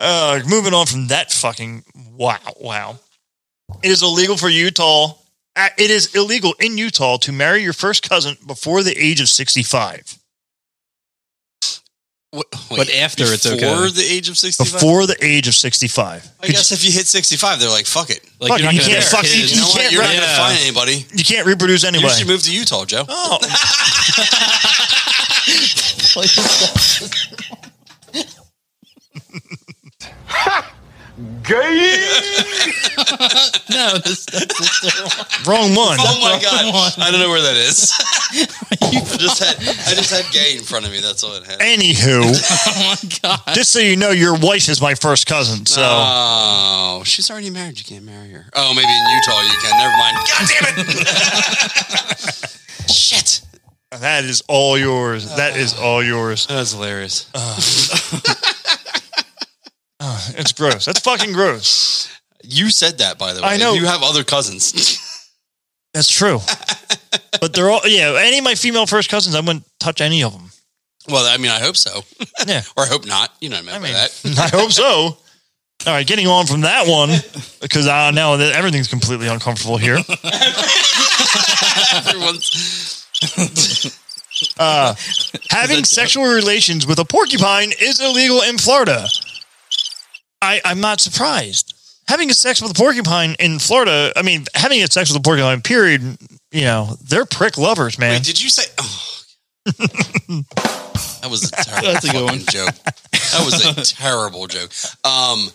Uh, moving on from that fucking wow, wow. It is illegal for Utah. uh, It is illegal in Utah to marry your first cousin before the age of sixty-five.
Wait,
But after it's okay.
Before the age of sixty-five.
Before the age of sixty-five,
I guess if you hit sixty-five, they're like, "Fuck it."
Like,
Fuck,
you're not
you
going to
can't fuck-
You,
You
know what?
can't
You're not
run-
gonna find anybody.
you can't reproduce
You
anyway.
should move to Utah, Joe.
*laughs* Oh,
No, this,
wrong one.
Oh
*laughs*
my god!
one.
I don't know where that is. I just had I just had gay in front of me. That's all it had.
Anywho,
oh my god.
just so you know, your wife is my first cousin. So
Oh, she's already married. You can't marry her. Oh, maybe in Utah you can. Never mind. God damn it! Shit.
that is all yours. That is all yours.
That's hilarious.
Uh, It's gross. That's fucking gross.
You said that, by the way.
I know.
you have other cousins. *laughs*
That's true. *laughs* But they're all yeah. Any of my female first cousins, I wouldn't touch any of *laughs* them.
well, I mean, I hope so,
Yeah,
or I hope not. You know what I meant
I
by
mean,
that.
*laughs* I hope so. All right, getting on from that one because uh, now that everything's completely uncomfortable here.
*laughs*
*laughs*
Everyone's
Having sexual relations with a porcupine is illegal in Florida. I, I'm not surprised. Having a sex with a porcupine in Florida, I mean, having a sex with a porcupine, period, you know, they're prick lovers, man.
Wait, did you say? Oh. that
*laughs*
was a terrible
That's a good one.
fucking joke. That was a terrible joke. Um, you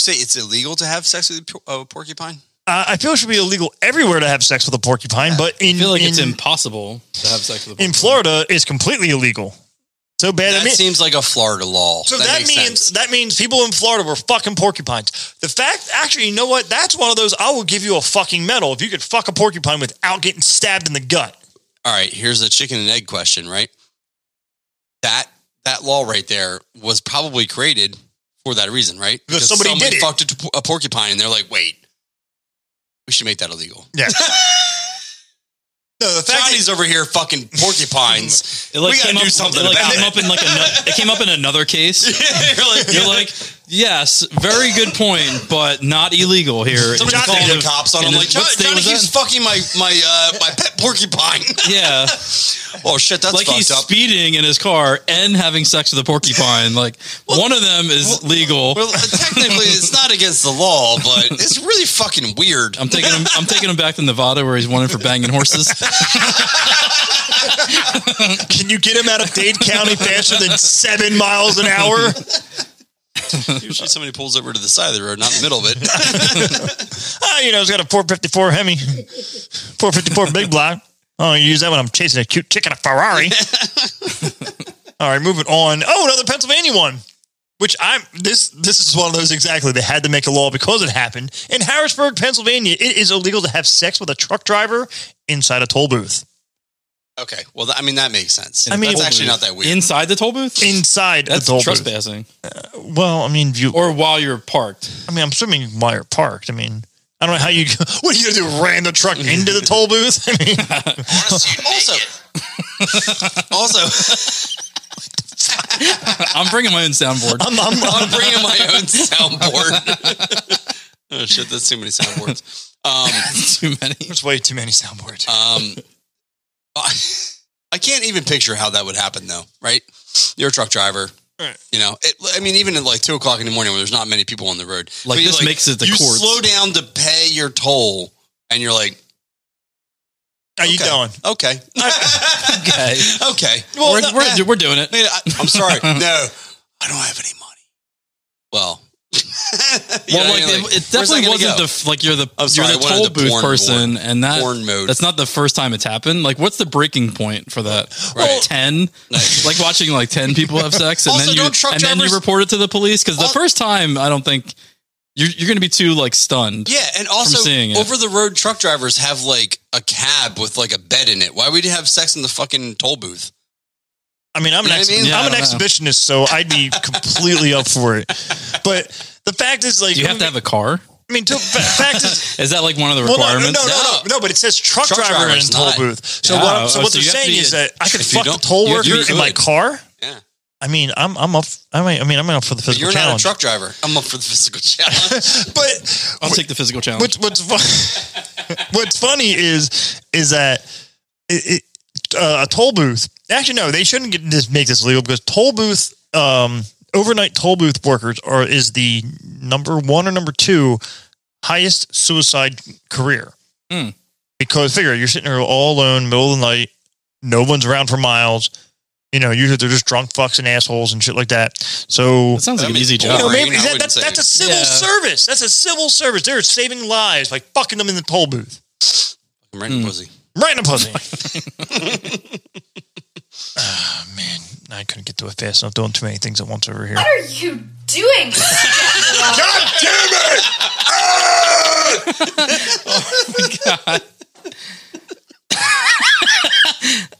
say it's illegal to have sex with a por- a porcupine.
uh, I feel it should be illegal everywhere to have sex with a porcupine, but in
I feel like it's
in,
impossible to have sex with a
in Florida, it's completely illegal. So bad.
That
I mean,
seems like a Florida law.
So that,
makes
means
sense.
that means people in Florida were fucking porcupines. The fact, actually, you know what? That's one of those. I will give you a fucking medal if you could fuck a porcupine without getting stabbed in the gut.
All right, here's a chicken and egg question, right? That that law right there was probably created for that reason, right?
Because somebody did it.
fucked a t- a porcupine, and they're like, "Wait, we should make that illegal."
Yeah. *laughs* no, the fact
Johnny's over here fucking porcupines.
*laughs*
It like
we gotta
came
do
up,
something
it like
about
came
it.
up in like another, it came up in
*laughs*
another case.
You're like-
You're like, yes, very good point, but not illegal here.
*laughs* Somebody
It's
called
called-
the cops on him.
and
Like
it's-
Johnny,
what state
Johnny
was
keeps
that?
fucking my my uh, my pet
*laughs*
porcupine. *laughs*
yeah,
oh shit, that's
like
fucked
he's
up.
speeding in his car and having sex with a porcupine. Like one of them is legal.
well, uh, technically, it's not against the law,
*laughs*
but it's really fucking weird.
I'm taking him. I'm taking him back to Nevada where he's wanted for banging
*laughs*
horses.
can you get him out of Dade County faster than seven miles
*laughs*
an hour?
Usually, somebody pulls over to the side of the road, not the middle of it. *laughs*
Ah, you know, he's got a 454 Hemi, 454 Big Block. Oh, you use that when I'm chasing a cute chick in a Ferrari. All right, moving on. Oh, another Pennsylvania one. Which I'm this this is one of those exactly they had to make a law because it happened in Harrisburg, Pennsylvania. It is illegal to have sex with a truck driver inside a toll booth.
Okay, well, that- I mean that makes sense.
I mean-
that's actually not that weird.
Inside the toll booth.
Inside
That's
the toll booth.
trespassing.
Well, I mean, you.
Or while you're parked.
I mean, I'm assuming while you're parked. I mean, I don't know how you. *laughs* What are you gonna do? Ram the truck into the toll booth? *laughs* I mean,
*laughs* also, also, *laughs*
I'm bringing my own soundboard.
I'm, I'm,
*laughs* I'm bringing my own soundboard. *laughs* oh shit, that's too many soundboards. Um,
Too many.
there's way too many soundboards.
Um, *laughs* I I can't even picture how that would happen, though. Right? You're a truck driver.
Right.
You know, it, I mean, even at like two o'clock in the morning when there's not many people on the road,
Like,
But you're
this makes it to
you
courts.
slow down to pay your toll, and you're like,
How you
okay,
going? *laughs*
Okay,
Okay.
*laughs* okay.
we're,
no,
we're,
eh,
*laughs* we're doing it.
I mean, I, am sorry. no, I don't have any money. Well, *laughs* You know
well,
what I mean?
like, it, it
where's that
definitely
gonna
wasn't
go?
the f- like you're the
I'm
you're
sorry, I
the
wanted
toll
the
booth
porn
person,
board.
and that
Porn mode.
that's not the first time it's happened. Like, what's the breaking point for that?
Right.
ten, like watching like ten people have sex, and
Also,
then you
don't truck
and then
drivers-
you report it to the police because the
Al-
first time I don't think you're you're going to be too like stunned.
Yeah, and also
seeing it.
over the road truck drivers have like a cab with like a bed in it. Why would you have sex in the fucking toll booth?
I mean, I'm
You
an,
know what
ex-
I mean?
Yeah, I
I'm an
don't know.
exhibitionist, so
*laughs*
I'd be completely up for it. But the fact is, like,
Do you have to have a car?
I mean, to, fa- fact is,
Is that like one of the
well, no, no, no,
requirements?
no, no, no, but it says truck,
Truck
driver
driver
and
is
toll
not.
booth. So
Yeah.
what, I'm- so
Oh,
what
so
they're
you have to
saying
be
is
a-
that I could
if you
fuck the
don't-
toll
you have to
worker
be
in my
good.
car.
Yeah.
I mean, I'm I'm up. I mean, I mean, I'm up for the
But
physical
you're not a
challenge.
truck driver. I'm up for the physical *laughs* challenge.
*laughs* but
I'll take the physical challenge.
what's what's fun, *laughs* what's funny is is that it, it, uh, a toll booth. Actually, no, they shouldn't get this, make this legal because toll booth um, overnight toll booth workers are is the number one or number two highest suicide career.
Hmm.
Because figure you're sitting there all alone, middle of the night, no one's around for miles. You know, usually they're just drunk fucks and assholes and shit like that. So
that sounds
I
like an
mean,
easy
boring.
job.
you know, maybe
I
that,
wouldn't
that,
say.
that's a civil
Yeah.
service. That's a civil service. They're saving lives by fucking them in the toll booth.
I'm
Hmm.
right in the pussy.
Right in the
*laughs*
pussy. Ah, man. I couldn't get to it fast enough doing too many things at once over here.
What are you doing? Step
God damn it!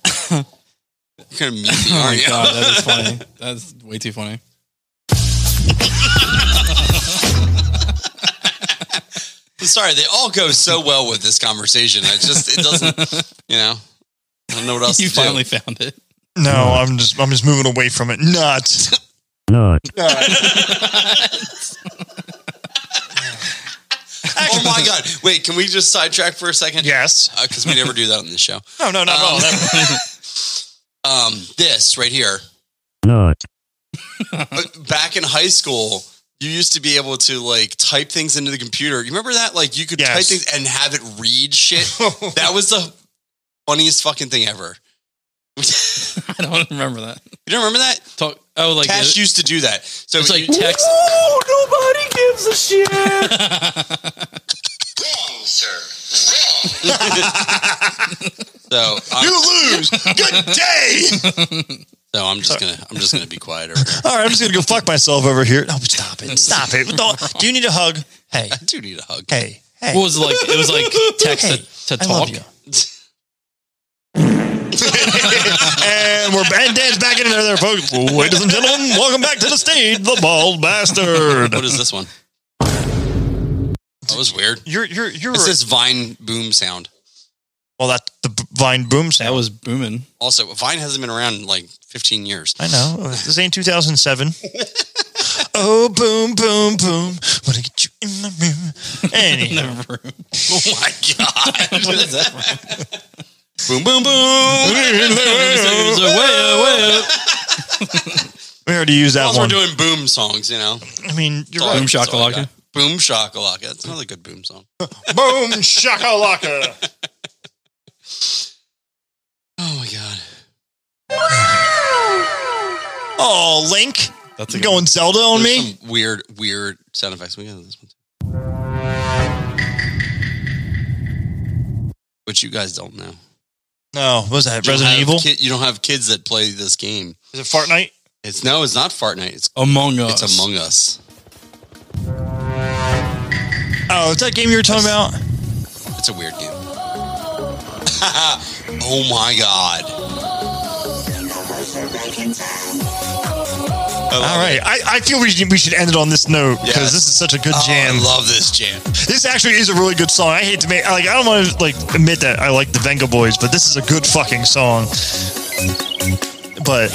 You're gonna
*laughs*
mute me, aren't you?
Oh God, that is funny. That's way too funny.
*laughs* I'm sorry, they all go so well with this conversation. I just it
*laughs*
doesn't, you know. I don't know what else
You
to do.
finally found it. *laughs*
No, I'm just I'm just moving away from it. Nuts.
Nut.
Oh my god! Wait, can we just sidetrack for a second?
Yes.
because we never do that on this show.
No, no, not at all.
Um,
*laughs*
Um,
Never.
this right here.
Nut.
But *laughs* back in high school, you used to be able to like type things into the computer. You remember that? Like you could
Yes.
type things and have it read
*laughs*
shit. that was the funniest fucking thing ever.
I don't remember that.
You don't remember that?
Talk. Oh, like
Cash
it-
used to do that. So
it's like
you-
*laughs*
text.
*laughs* so I'm,
you lose. Good
*laughs*
day.
so I'm just gonna I'm just gonna be
*laughs*
quiet over here.
All right, I'm just gonna go fuck myself over here. No, stop
*laughs*
it. Stop it. Don't- do you need a hug? Hey,
I do need a hug.
hey, hey.
What was it like? It was like text
Hey,
to, to
I love
talk.
you. and we're and Dan's back in there, folks. Ladies and gentlemen, welcome back to the stage, the bald bastard.
What is this one? That was weird.
You're you're you're
It's this Vine boom sound.
well. That the b- Vine boom
That
sound.
was booming.
Also, Vine hasn't been around in like 15 years.
I know this ain't 2007. oh boom boom boom, wanna get you in my room. Anyhow,
*laughs* Never.
Oh my god!
What is that? from?
boom, boom, boom.
It was like, "Way up, way up."
we already used that
While we're
one.
doing boom songs, you know.
I mean, you're
That's all-
right.
Boom
that's all I got. uh, Boom shakalaka.
shakalaka.
That's another good boom song.
boom shakalaka.
Oh my god!
Oh, Link,
That's a
you
good one.
going Zelda on
There's
me?
some weird, weird sound effects. We got this one. Too. Which you guys don't know.
No, what was that
You don't
Resident
have
Evil?
Kid, you don't have kids that play this game.
Is it Fart Night?
It's no, it's not Fart Night. It's
Among Us.
it's Among Us.
Oh, it's that game you were talking about?
It's a weird game. *laughs* oh my god!
All right, Oh, I, I feel we should, we should end it on this note because
Yes.
this is such a good
Oh,
jam.
I love this jam.
this actually is a really good song. I hate to make like I don't want to like admit that I like the Venga Boys, but this is a good fucking song. But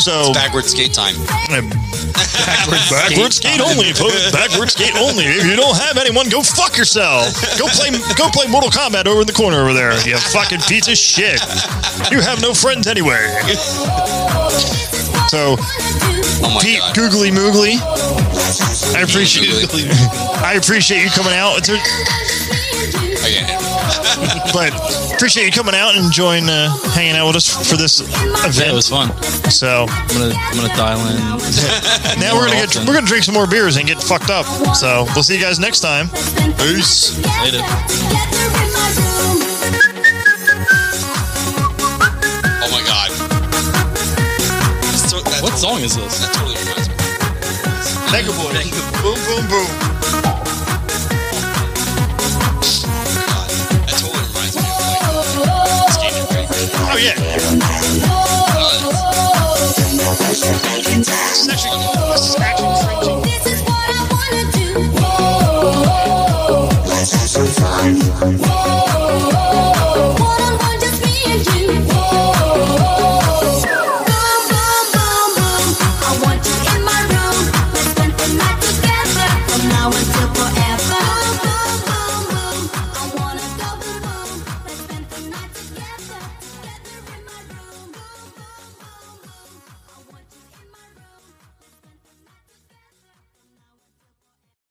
so
Backward skate time.
*laughs* backwards skate only, folks. Backwards skate only. If you don't have anyone, go fuck yourself. Go play, go play Mortal Kombat over in the corner over there. You fucking piece of shit. You have no friends anyway. So
Oh my
Pete
god!
Googly Moogly. I appreciate
Googly.
*laughs* I appreciate you coming out. It's a-
Oh, Okay.
but appreciate you coming out and enjoying uh, hanging out with us for this
Yeah, it
event.
was fun.
So
I'm gonna I'm gonna dial
*laughs*
in.
now we're gonna get
often.
we're gonna drink some more beers and get fucked up. So we'll see you guys next time.
Peace.
Later.
Oh my god. That's to- that's-
What song is this?
That totally reminds me.
Mega boy. Boom boom boom.
God, that totally reminds me of like
Oh yeah.
Let's have some fun.